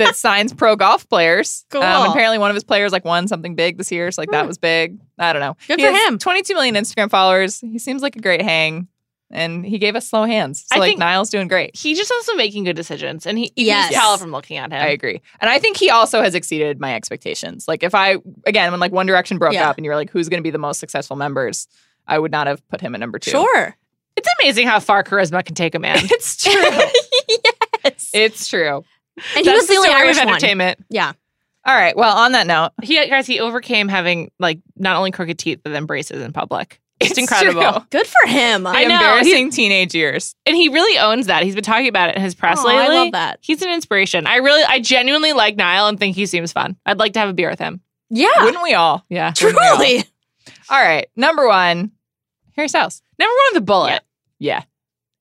Speaker 2: that signs pro golf players. Um,
Speaker 4: Cool. Hmm.
Speaker 2: apparently, one of his players like won something big this year, so like that was big. I don't know.
Speaker 4: Good
Speaker 2: He
Speaker 4: for
Speaker 2: has
Speaker 4: him.
Speaker 2: 22 million Instagram followers. He seems like a great hang, and he gave us slow hands. So
Speaker 3: I
Speaker 2: like
Speaker 3: think-
Speaker 2: Niall's doing great.
Speaker 3: He's just also making good decisions, and he you can just
Speaker 4: Yes.
Speaker 3: tell from looking at him.
Speaker 2: I agree, and I think he also has exceeded my expectations. Like if I again when like One Direction broke
Speaker 4: Yeah.
Speaker 2: up, and you were like, who's going to be the most successful members? I would not have put him at number two.
Speaker 4: Sure.
Speaker 3: it's amazing how far charisma can take a man.
Speaker 2: it's true.
Speaker 4: yes.
Speaker 2: it's true.
Speaker 4: and he
Speaker 3: That's
Speaker 4: was the only
Speaker 3: story
Speaker 4: Irish
Speaker 3: of
Speaker 4: one.
Speaker 3: entertainment.
Speaker 4: Yeah.
Speaker 2: All right. Well, on that note,
Speaker 3: He guys, he overcame having like not only crooked teeth but then braces in public. It's, incredible.
Speaker 2: true.
Speaker 4: Good for him.
Speaker 3: I know.
Speaker 2: Embarrassing teenage years.
Speaker 3: And he really owns that. He's been talking about it in his press
Speaker 4: Aw,
Speaker 3: lately.
Speaker 4: Oh, I love that.
Speaker 3: He's an inspiration. I really, I genuinely like Niall and think he seems fun. I'd like to have a beer with him.
Speaker 4: Yeah.
Speaker 2: Wouldn't we all? Yeah. wouldn't we all?
Speaker 4: Truly.
Speaker 2: All right. Number one, Harry Styles.
Speaker 3: Number one with a bullet.
Speaker 2: Yeah.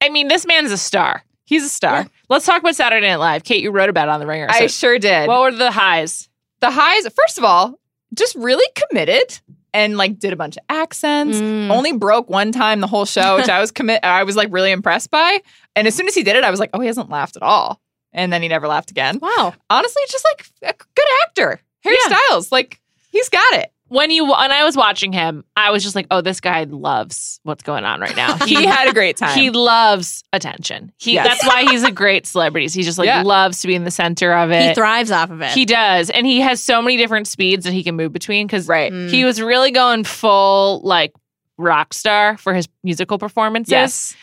Speaker 3: I mean, this man's a star.
Speaker 2: He's a star.
Speaker 4: Yeah.
Speaker 3: Let's talk about Saturday Night Live. Kate, you wrote about it on the Ringer.
Speaker 2: I
Speaker 3: So
Speaker 2: sure did.
Speaker 3: what were the highs?
Speaker 2: the highs, first of all, just really committed and like did a bunch of accents.
Speaker 4: Mm.
Speaker 2: Only broke one time the whole show, which I was commit. I was like really impressed by. And as soon as he did it, I was like, oh, he hasn't laughed at all. And then he never laughed again.
Speaker 4: Wow.
Speaker 2: Honestly, just like a good actor, Harry
Speaker 3: Yeah.
Speaker 2: Styles. Like he's got it.
Speaker 3: When you when I was watching him, I was just like, "Oh, this guy loves what's going on right now.
Speaker 2: He had a great time.
Speaker 3: he loves attention. He
Speaker 2: Yes.
Speaker 3: that's why he's a great celebrity. He just like
Speaker 2: Yeah.
Speaker 3: loves to be in the center of it.
Speaker 4: He thrives off of it.
Speaker 3: He does, and he has so many different speeds that he can move between. Because
Speaker 2: right.
Speaker 4: Mm.
Speaker 3: he was really going full like rock star for his musical performances.
Speaker 2: Yes.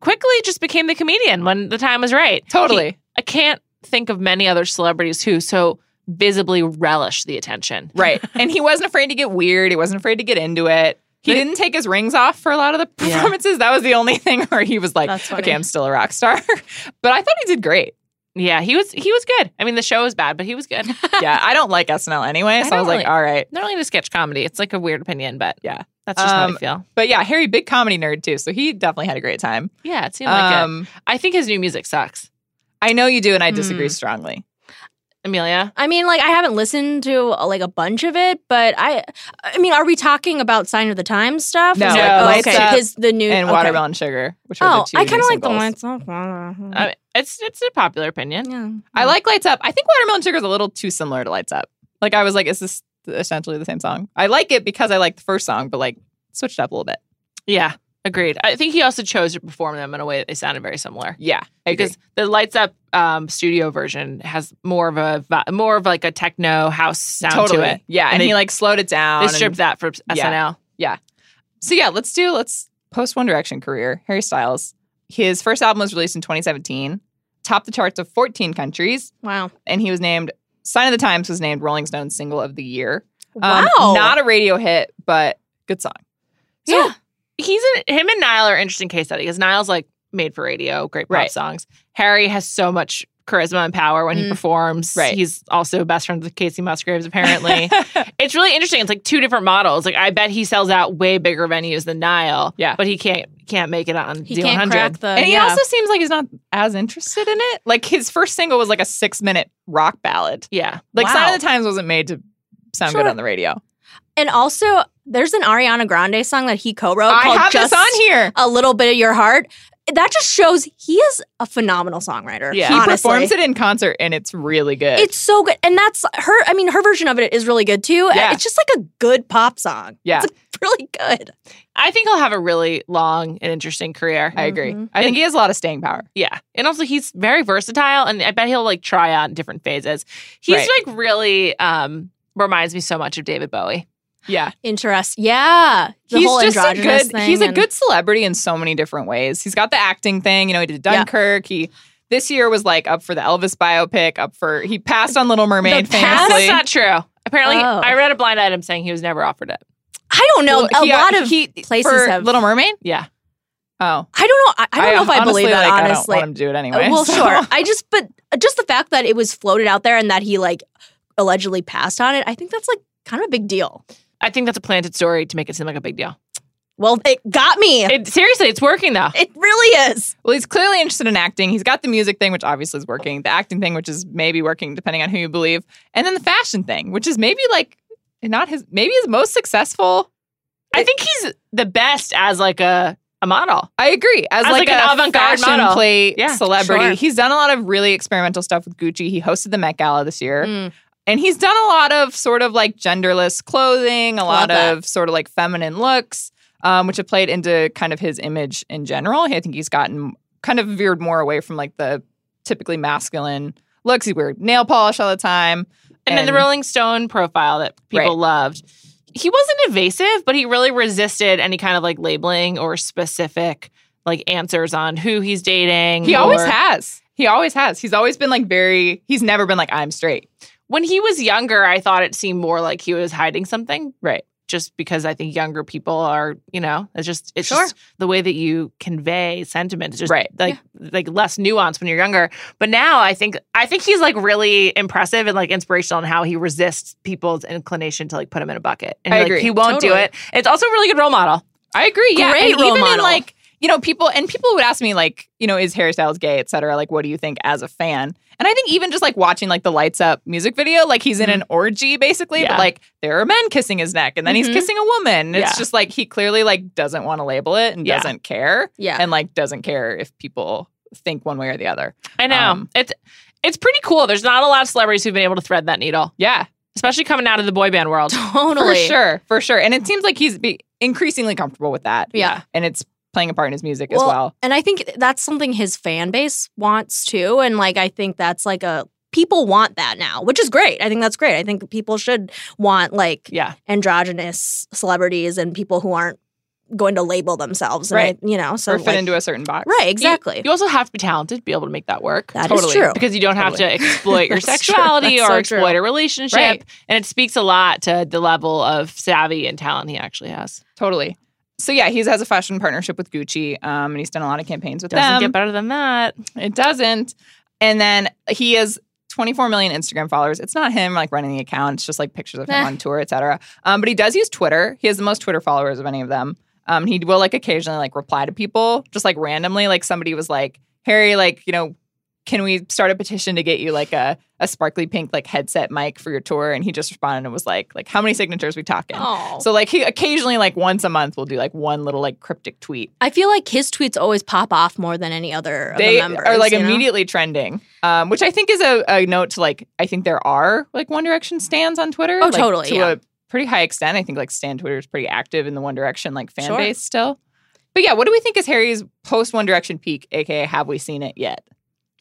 Speaker 3: Quickly, just became the comedian when the time was right.
Speaker 2: Totally.
Speaker 3: I can't think of many other celebrities who so visibly relish the attention.
Speaker 2: Right. And he wasn't afraid to get weird. He wasn't afraid to get into it. He
Speaker 3: They-
Speaker 2: didn't take his rings off for a lot of the performances. That was the only thing where he was like,
Speaker 4: That's funny.
Speaker 2: okay, I'm still a rock star. but I thought he did great.
Speaker 3: Yeah, he was he was good. I mean, the show was bad, but he was good.
Speaker 2: Yeah. I don't like SNL anyway. So I,
Speaker 3: don't
Speaker 2: was like,
Speaker 3: really-
Speaker 2: all right.
Speaker 3: Not really into sketch comedy. It's like a weird opinion, but
Speaker 2: Yeah.
Speaker 3: that's just how
Speaker 2: Um,
Speaker 3: I feel.
Speaker 2: But yeah, Harry, big comedy nerd too. So he definitely had a great time.
Speaker 3: Yeah, it seemed like it.
Speaker 2: um,
Speaker 3: I think his new music sucks.
Speaker 2: I know you do, and I disagree
Speaker 4: Mm.
Speaker 2: strongly.
Speaker 3: Amelia,
Speaker 4: I mean, like I haven't listened to uh, like a bunch of it, but I, I mean, are we talking about Sign of the Times stuff?
Speaker 2: No.
Speaker 4: It's
Speaker 3: No.
Speaker 4: like, oh,
Speaker 2: Lights
Speaker 4: okay,
Speaker 2: Up
Speaker 4: his the new
Speaker 2: And
Speaker 4: okay.
Speaker 2: Watermelon Sugar, which are
Speaker 4: Oh,
Speaker 2: the two
Speaker 4: I kind of like the
Speaker 2: one.
Speaker 4: lights up. Yeah.
Speaker 2: Mm-hmm.
Speaker 3: I mean, it's it's a popular opinion.
Speaker 2: I like Lights Up. I think Watermelon Sugar is a little too similar to Lights Up. Like I was like, is this essentially the same song? I like it because I like the first song, but like switched up a little bit.
Speaker 3: Yeah, agreed. I think he also chose to perform them in a way that they sounded very similar.
Speaker 2: Yeah, I agree.
Speaker 3: because the lights up um, studio version has more of a vi- more of like a techno house sound
Speaker 2: totally.
Speaker 3: to it.
Speaker 2: Yeah, and,
Speaker 3: And
Speaker 2: he
Speaker 3: they-
Speaker 2: like slowed it down.
Speaker 3: They
Speaker 2: and-
Speaker 3: stripped that for
Speaker 2: Yeah.
Speaker 3: SNL.
Speaker 2: so yeah, let's do let's post One Direction career. Harry Styles. His first album was released in 2017, topped the charts of 14 countries,
Speaker 4: Wow.
Speaker 2: and he was named Sign of the Times was named Rolling Stone's single of the year. Um,
Speaker 4: wow.
Speaker 2: not a radio hit, but good song.
Speaker 3: So
Speaker 4: Yeah.
Speaker 3: he's in, him and Niall are an interesting case study because Niall's like made for radio, great pop
Speaker 2: Right.
Speaker 3: songs. Harry has so much charisma and power when he
Speaker 4: Mm.
Speaker 3: performs.
Speaker 2: Right.
Speaker 3: He's also best friends with Casey Musgraves apparently. it's really interesting. It's like two different models. Like I bet he sells out way bigger venues than Niall.
Speaker 2: Yeah.
Speaker 3: But he can't can't make it on
Speaker 4: he
Speaker 3: Deal
Speaker 4: can't
Speaker 3: 100.
Speaker 4: crack the.
Speaker 2: and he
Speaker 4: yeah.
Speaker 2: also seems like he's not as interested in it. Like his first single was like a six minute rock ballad.
Speaker 3: yeah.
Speaker 2: Like Sign
Speaker 4: Wow.
Speaker 2: of the Times wasn't made to sound
Speaker 4: Sure.
Speaker 2: good on the radio.
Speaker 4: and also, there's an Ariana Grande song that he co-wrote
Speaker 2: I
Speaker 4: called
Speaker 2: have
Speaker 4: "Just
Speaker 2: this on here.
Speaker 4: a Little Bit of Your Heart." That just shows he is a phenomenal songwriter.
Speaker 3: Yeah.
Speaker 2: He
Speaker 4: honestly.
Speaker 2: performs it in concert and it's really good.
Speaker 4: It's so good. And that's her I mean her version of it is really good too.
Speaker 2: Yeah.
Speaker 4: It's just like a good pop song.
Speaker 2: Yeah.
Speaker 4: It's like, really good.
Speaker 3: I think he'll have a really long and interesting career.
Speaker 2: I agree.
Speaker 4: Mhm.
Speaker 2: I think he has a lot of staying power.
Speaker 3: Yeah. And also he's very versatile and I bet he'll like try on different phases. He's
Speaker 2: Right.
Speaker 3: like really um reminds me so much of David Bowie.
Speaker 2: Yeah.
Speaker 4: Interest. Yeah. The
Speaker 2: he's
Speaker 4: whole
Speaker 2: just a
Speaker 4: androgynous
Speaker 2: good
Speaker 4: thing
Speaker 2: he's a
Speaker 4: and-
Speaker 2: good celebrity in so many different ways. He's got the acting thing, you know, he did
Speaker 4: Yeah.
Speaker 2: Dunkirk. He this year was like up for the Elvis biopic, up for he passed on Little Mermaid
Speaker 4: The pass?
Speaker 2: famously.
Speaker 3: That's not true. Apparently
Speaker 4: Oh.
Speaker 3: I read a blind item saying he was never offered it.
Speaker 4: I don't know.
Speaker 2: Well,
Speaker 4: a
Speaker 2: he- uh,
Speaker 4: lot of
Speaker 2: he-
Speaker 4: places
Speaker 2: for
Speaker 4: have-
Speaker 2: Little Mermaid?
Speaker 3: Yeah.
Speaker 2: Oh.
Speaker 4: I don't know. I, I don't know if I
Speaker 2: honestly,
Speaker 4: believe that
Speaker 2: like,
Speaker 4: honestly.
Speaker 2: I don't want him to do it anyway.
Speaker 4: well,
Speaker 2: so-
Speaker 4: sure. I just but just the fact that it was floated out there and that he like allegedly passed on it, I think that's like kind of a big deal.
Speaker 3: I think that's a planted story to make it seem like a big deal.
Speaker 4: Well, it got me. It,
Speaker 3: It, seriously, it's working though.
Speaker 4: really is.
Speaker 2: Well, he's clearly interested in acting. He's got the music thing, which obviously is working, the acting thing, which is maybe working depending on who you believe, and then the fashion thing, which is maybe like not his, maybe his most successful.
Speaker 3: I think he's the best as like a a model.
Speaker 2: I agree. As,
Speaker 3: As,
Speaker 2: like,
Speaker 3: like, an
Speaker 2: a
Speaker 3: avant-garde
Speaker 2: fashion
Speaker 3: model.
Speaker 2: plate
Speaker 3: Yeah,
Speaker 2: celebrity,
Speaker 3: sure.
Speaker 2: he's done a lot of really experimental stuff with Gucci. He hosted the Met Gala this year.
Speaker 4: Mm.
Speaker 2: And he's done a lot of sort of like genderless clothing, a lot
Speaker 4: Love that.
Speaker 2: of sort of like feminine looks, um, which have played into kind of his image in general. I think he's gotten kind of veered more away from like the typically masculine looks. He wears nail polish all the time.
Speaker 3: And, then the Rolling Stone profile that people
Speaker 2: Right.
Speaker 3: loved. He wasn't evasive, but he really resisted any kind of like labeling or specific like answers on who he's dating.
Speaker 2: he always
Speaker 3: or-
Speaker 2: has. He always has. He's always been like very, he's never been like, I'm straight.
Speaker 3: When he was younger, I thought it seemed more like he was hiding something.
Speaker 2: Right.
Speaker 3: just because I think younger people are, you know, it's just it's
Speaker 4: Sure.
Speaker 3: just the way that you convey sentiment is just
Speaker 2: Right.
Speaker 3: like like less nuanced when you're younger. But now I think I think he's like really impressive and like inspirational in how he resists people's inclination to like put him in a bucket. And
Speaker 2: I
Speaker 3: like,
Speaker 2: agree.
Speaker 3: he won't do
Speaker 2: Totally.
Speaker 3: it. It's also a really good role model.
Speaker 2: I agree. Yeah,
Speaker 4: Great
Speaker 2: and
Speaker 4: role
Speaker 2: even in
Speaker 4: model.
Speaker 2: like you know people and people would ask me like you know is Harry Styles gay, et cetera. Like, what do you think as a fan? And I think even just like watching like the lights up music video, like he's in an
Speaker 4: Mm-hmm.
Speaker 2: orgy basically,
Speaker 3: Yeah.
Speaker 2: but like there are men kissing his neck, and then he's
Speaker 4: Mhm.
Speaker 2: kissing a woman. It's
Speaker 3: Yeah.
Speaker 2: just like he clearly like doesn't want to label it and
Speaker 3: Yeah.
Speaker 2: doesn't care,
Speaker 4: Yeah.
Speaker 2: and like doesn't care if people think one way or the other.
Speaker 3: I know.
Speaker 2: Um,
Speaker 3: it's it's pretty cool. There's not a lot of celebrities who've been able to thread that needle,
Speaker 2: Yeah,
Speaker 3: especially coming out of the boy band world.
Speaker 4: Totally.
Speaker 2: for sure, for sure. And it seems like he's be increasingly comfortable with that.
Speaker 4: Yeah.
Speaker 2: and it's playing a part in his music as
Speaker 4: Well,
Speaker 2: well.
Speaker 4: And I think that's something his fan base wants too. And like, I think that's like a people want that now, which is great. I think that's great. I think people should want like
Speaker 3: Yeah.
Speaker 4: androgynous celebrities and people who aren't going to label themselves. And I-
Speaker 2: Right.
Speaker 4: you know, so
Speaker 2: or fit
Speaker 4: like-
Speaker 2: into a certain box.
Speaker 4: right, exactly.
Speaker 3: You also have to be talented to be able to make that work.
Speaker 4: That is true.
Speaker 3: Because you don't
Speaker 4: Totally.
Speaker 3: have to exploit your
Speaker 4: That's true.
Speaker 3: sexuality
Speaker 4: That's
Speaker 3: or
Speaker 4: so true.
Speaker 3: exploit a relationship.
Speaker 2: Right.
Speaker 3: And it speaks a lot to the level of savvy and talent he actually has.
Speaker 2: Totally. So yeah, he's has a fashion partnership with Gucci, um, and he's done a lot of campaigns with
Speaker 3: Doesn't
Speaker 2: them.
Speaker 3: get better than that.
Speaker 2: it doesn't. And then he has 24 million Instagram followers. It's not him like running the account. It's just like pictures of him
Speaker 4: Eh.
Speaker 2: on tour, etc. Um, but he does use Twitter. He has the most Twitter followers of any of them. Um, he will like occasionally like reply to people just like randomly. Like somebody was like, Harry, like you know, can we start a petition to get you like a a sparkly pink like headset mic for your tour? And he just responded and was like, like how many signatures we talking?
Speaker 4: Oh.
Speaker 2: So like he occasionally like once a month will do like one little like cryptic tweet.
Speaker 4: I feel like his tweets always pop off more than any other of
Speaker 2: They
Speaker 4: the members.
Speaker 2: are like
Speaker 4: you know?
Speaker 2: immediately trending, um, which I think is a, a note to like I think there are like One Direction stands on Twitter.
Speaker 4: Oh,
Speaker 2: like,
Speaker 4: totally,
Speaker 2: To
Speaker 4: yeah.
Speaker 2: a pretty high extent, I think like stand Twitter is pretty active in the One Direction like fan
Speaker 4: Sure.
Speaker 2: base still. But yeah, what do we think is Harry's post One Direction peak, aka have we seen it yet?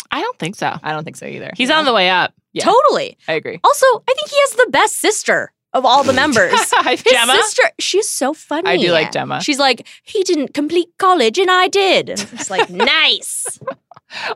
Speaker 3: I don't think so.
Speaker 2: I don't think so either.
Speaker 3: He's on the way up.
Speaker 2: yeah.
Speaker 4: Totally.
Speaker 2: I agree.
Speaker 4: Also, I think he has the best sister of all the members. His
Speaker 3: Gemma?
Speaker 4: sister, she's so funny.
Speaker 2: I do like Gemma.
Speaker 4: She's like, he didn't complete college and I did. And It's like, nice.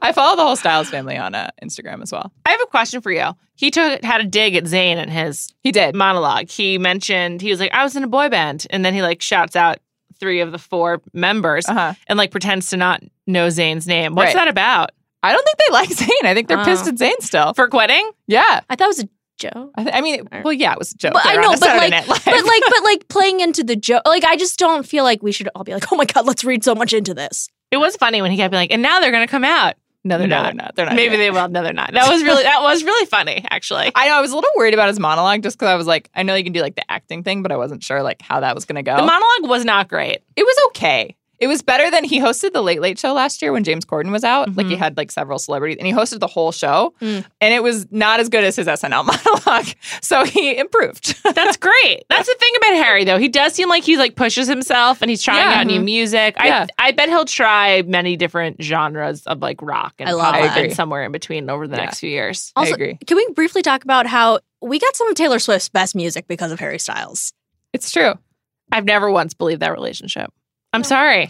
Speaker 2: I follow the whole Styles family on uh, Instagram as well.
Speaker 3: I have a question for you. He took had a dig at Zayn in his
Speaker 2: He did.
Speaker 3: monologue. He mentioned he was like, I was in a boy band. And then he like shouts out three of the four members
Speaker 2: Uh huh.
Speaker 3: and like pretends to not know Zayn's name. What's
Speaker 2: Right.
Speaker 3: that about?
Speaker 2: I don't think they like Zayn. I think they're
Speaker 4: Oh.
Speaker 2: pissed at Zayn still.
Speaker 3: For quitting?
Speaker 2: Yeah.
Speaker 4: I thought it was a joke.
Speaker 2: I, th- I mean, well, yeah, it was a joke.
Speaker 4: But
Speaker 2: They
Speaker 4: I
Speaker 2: were on
Speaker 4: know,
Speaker 2: a
Speaker 4: but
Speaker 2: Saturday
Speaker 4: like,
Speaker 2: Night Live.
Speaker 4: but like, but like playing into the joke. Like, I just don't feel like we should all be like, oh my God, let's read so much into this.
Speaker 3: It was funny when he kept being like, and now they're gonna come out. No, they're
Speaker 2: no,
Speaker 3: not.
Speaker 2: they're not. They're not.
Speaker 3: Maybe they will. No, they're not. That was really that was really funny, actually.
Speaker 2: I know. I was a little worried about his monologue just because I was like, I know you can do like the acting thing, but I wasn't sure like how that was going to go.
Speaker 3: The monologue was not great.
Speaker 2: it was okay. It was better than he hosted the Late Late Show last year when James Corden was out. Like he
Speaker 3: Mhm.
Speaker 2: had like several celebrities and he hosted the whole show,
Speaker 4: Mm-hmm. Mm.
Speaker 2: and it was not as good as his SNL monologue. So he improved.
Speaker 3: That's great. That's the thing about Harry though. He does seem like he like pushes himself and he's trying
Speaker 2: Yeah. Mm-hmm.
Speaker 3: out new music.
Speaker 2: Yeah.
Speaker 3: I I bet he'll try many different genres of like rock and
Speaker 4: I
Speaker 3: pop
Speaker 4: love
Speaker 2: that. I agree.
Speaker 3: and somewhere in between over the
Speaker 2: Yeah.
Speaker 3: next few years.
Speaker 2: I
Speaker 4: Also,
Speaker 2: agree.
Speaker 4: can we briefly talk about how we got some of Taylor Swift's best music because of Harry Styles?
Speaker 2: It's true.
Speaker 3: I've never once believed that relationship. I'm sorry.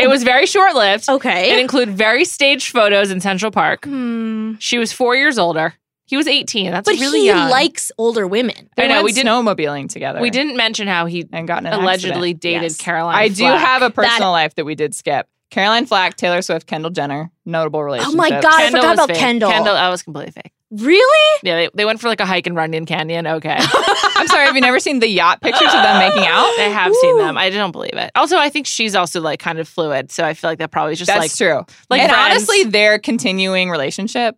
Speaker 3: It was very short
Speaker 4: Oh,
Speaker 3: lived. It
Speaker 4: Okay.
Speaker 3: included very staged photos in Central Park.
Speaker 4: Hmm.
Speaker 3: She was four years older. He was 18. That's
Speaker 4: But
Speaker 3: really
Speaker 4: he
Speaker 3: young.
Speaker 4: likes older women.
Speaker 2: They
Speaker 3: I know,
Speaker 2: went
Speaker 3: we didn't-
Speaker 2: snowmobiling together.
Speaker 3: We didn't mention how he
Speaker 2: and gotten an
Speaker 3: allegedly
Speaker 2: accident.
Speaker 3: dated
Speaker 4: Yes.
Speaker 3: Caroline.
Speaker 2: I do
Speaker 3: Flack.
Speaker 2: have a personal life that we did skip. Caroline Flack, Taylor Swift, Kendall Jenner, notable
Speaker 4: Oh
Speaker 2: relationships.
Speaker 4: my God, I forgot
Speaker 3: was
Speaker 4: about
Speaker 3: fake.
Speaker 4: Kendall.
Speaker 3: Kendall, that was completely fake.
Speaker 4: Really?
Speaker 3: Yeah, they, they went for like a hike in Runyon Canyon. Okay,
Speaker 2: I'm sorry, have you never seen the yacht pictures of them making out?
Speaker 3: I have seen
Speaker 4: Ooh.
Speaker 3: them. I don't believe it. Also, I think she's also like kind of fluid, so I feel like that probably is just
Speaker 2: That's
Speaker 3: like
Speaker 2: true.
Speaker 3: like
Speaker 2: and
Speaker 3: friends.
Speaker 2: honestly, their continuing relationship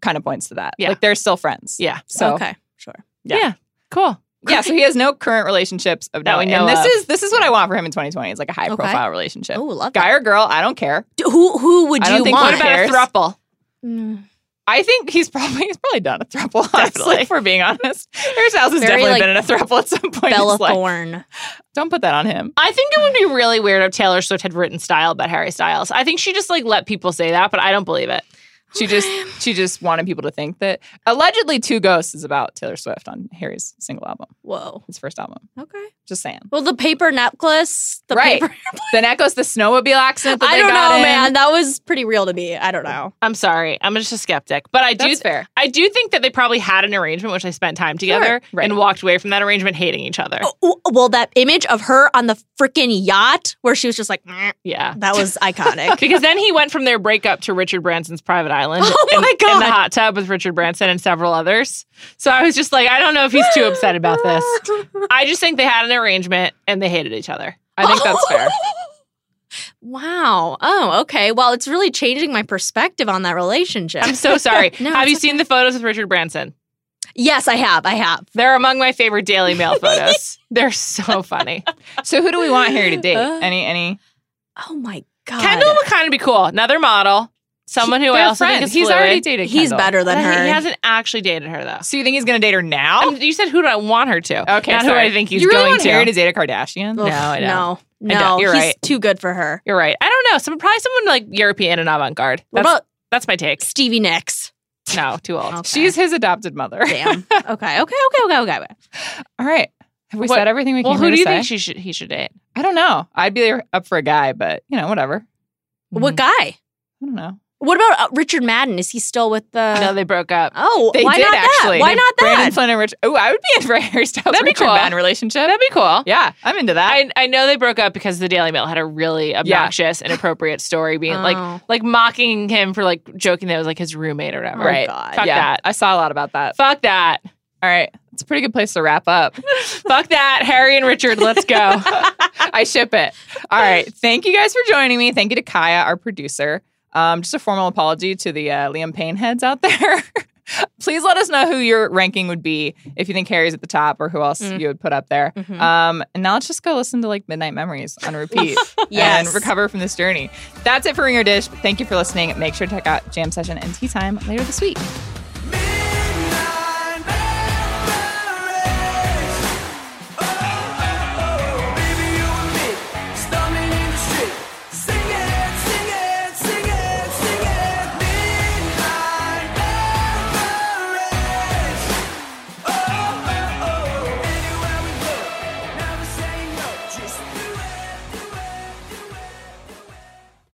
Speaker 2: kind of points to that.
Speaker 3: Yeah.
Speaker 2: Like they're still friends.
Speaker 3: yeah,
Speaker 2: So
Speaker 4: okay, sure.
Speaker 2: yeah.
Speaker 3: cool.
Speaker 2: yeah, so he has no current relationships of
Speaker 3: That
Speaker 2: no.
Speaker 3: we
Speaker 2: and
Speaker 3: know
Speaker 2: this
Speaker 3: of.
Speaker 2: is this is what I want for him in 2020. It's like a high
Speaker 4: Okay.
Speaker 2: profile relationship.
Speaker 4: Oh, love that.
Speaker 2: Guy or girl, I don't care.
Speaker 4: D- Who who would
Speaker 2: I don't
Speaker 4: you
Speaker 2: think-
Speaker 4: want?
Speaker 3: What about
Speaker 2: cares?
Speaker 3: a thruple?
Speaker 4: Mm.
Speaker 2: I think he's probably he's probably done a throuple, honestly,
Speaker 3: Definitely.
Speaker 2: if we're being honest. Harry Styles has
Speaker 4: Very,
Speaker 2: definitely
Speaker 4: like,
Speaker 2: been in a throuple at some point. in his
Speaker 4: Bella
Speaker 2: life.
Speaker 4: Thorne.
Speaker 2: Don't put that on him.
Speaker 3: I think it would be really weird if Taylor Swift had written style about Harry Styles. I think she just like let people say that, but I don't believe it.
Speaker 2: She just she just wanted people to think that allegedly Two Ghosts is about Taylor Swift on Harry's single album,
Speaker 4: Whoa.
Speaker 2: his first album.
Speaker 4: Okay.
Speaker 2: Just saying.
Speaker 4: Well, the paper necklace, the
Speaker 2: Right.
Speaker 4: paper.
Speaker 2: Then that goes the snowmobile accident that
Speaker 4: I
Speaker 2: they
Speaker 4: don't
Speaker 2: got
Speaker 4: know,
Speaker 2: in.
Speaker 4: man. That was pretty real to me. I don't know.
Speaker 3: I'm sorry. I'm just a skeptic. But I do
Speaker 2: That's fair.
Speaker 3: I do think that they probably had an arrangement which they spent time together
Speaker 2: right.
Speaker 3: and walked away from that arrangement hating each other.
Speaker 4: Oh, Well, that image of her on the freaking yacht where she was just like, "Meh,"
Speaker 3: Yeah.
Speaker 4: that was iconic.
Speaker 3: Because then he went from their breakup to Richard Branson's private island
Speaker 4: Oh
Speaker 3: in,
Speaker 4: my
Speaker 3: in
Speaker 4: God.
Speaker 3: the hot tub with Richard Branson and several others. So I was just like, I don't know if he's too upset about this. I just think they had an arrangement and they hated each other.
Speaker 2: Oh,
Speaker 3: I think that's fair.
Speaker 4: wow. Oh, okay. Well, it's really changing my perspective on that relationship.
Speaker 3: I'm so sorry.
Speaker 4: No,
Speaker 3: have
Speaker 4: it's
Speaker 3: you seen the photos with Richard Branson?
Speaker 4: yes, I have. I have.
Speaker 3: They're among my favorite Daily Mail photos. They're so funny.
Speaker 2: So who do we want here to date?
Speaker 4: Uh,
Speaker 2: any any?
Speaker 4: Oh my god.
Speaker 3: Kendall would kind of be cool. Another model, someone who I
Speaker 2: They're
Speaker 3: also think
Speaker 2: friends.
Speaker 3: is
Speaker 2: He's
Speaker 3: fluid.
Speaker 2: already dated.
Speaker 4: He's
Speaker 2: Kendall.
Speaker 4: better than
Speaker 3: But
Speaker 4: her.
Speaker 3: He hasn't actually dated her though.
Speaker 2: So you think he's gonna date her now?
Speaker 3: Um, you said who do I want her to?
Speaker 2: Oh. okay,
Speaker 3: not who
Speaker 2: sorry.
Speaker 3: I think he's
Speaker 2: you really
Speaker 3: going
Speaker 2: want
Speaker 3: to.
Speaker 2: Harry to date a Kardashian?
Speaker 4: Ugh,
Speaker 3: I don't.
Speaker 4: No, no,
Speaker 3: don't. You're
Speaker 4: he's
Speaker 3: right.
Speaker 4: too good for her.
Speaker 3: You're right. I don't know. Some probably someone like European and avant-garde.
Speaker 4: What
Speaker 3: That's,
Speaker 4: about
Speaker 3: that's my take.
Speaker 4: Stevie Nicks?
Speaker 3: No, too old.
Speaker 4: Okay.
Speaker 2: She's his adopted mother.
Speaker 4: Damn. okay. Okay. Okay. Okay. Okay. okay.
Speaker 2: All right. Have we
Speaker 3: What-
Speaker 2: said everything we
Speaker 3: Well,
Speaker 2: can
Speaker 3: who do
Speaker 2: to
Speaker 3: you
Speaker 2: say?
Speaker 3: think she should he should date?
Speaker 2: I don't know. I'd be up for a guy, but you know, whatever.
Speaker 3: Mm-hmm.
Speaker 4: What guy?
Speaker 2: I don't know.
Speaker 4: What about uh, Richard Madden? Is he still with the?
Speaker 3: no, they broke up.
Speaker 4: oh,
Speaker 2: They
Speaker 4: why
Speaker 2: did
Speaker 4: not
Speaker 2: actually.
Speaker 4: that? Why not
Speaker 2: Brandon
Speaker 4: that?
Speaker 2: Flynn and Rich. Oh, I would be in for a Harry Styles
Speaker 3: That'd be
Speaker 2: Richard
Speaker 3: cool.
Speaker 2: Madden relationship.
Speaker 3: That'd be cool.
Speaker 2: yeah, I'm into that.
Speaker 3: I I know they broke up because the Daily Mail had a really obnoxious, inappropriate story being like
Speaker 4: Oh.
Speaker 3: like mocking him for like joking that it was like his roommate or whatever.
Speaker 4: Oh,
Speaker 2: right.
Speaker 4: God.
Speaker 3: Fuck
Speaker 2: yeah.
Speaker 3: that.
Speaker 2: I saw a lot about that.
Speaker 3: Fuck that.
Speaker 2: All right. It's a pretty good place to wrap up.
Speaker 3: Fuck that. Harry and Richard, let's go.
Speaker 2: I ship it. All right. Thank you guys for joining me. Thank you to Kaya, our producer. Um, just a formal apology to the uh, Liam Payne heads out there. Please let us know who your ranking would be if you think Harry's at the top or who else
Speaker 4: Mm.
Speaker 2: you would put up there.
Speaker 4: Mhm.
Speaker 2: Um, and now let's just go listen to like Midnight Memories on repeat
Speaker 4: Yes.
Speaker 2: and recover from this journey. That's it for Ringer Dish. Thank you for listening. Make sure to check out Jam Session and Tea Time later this week.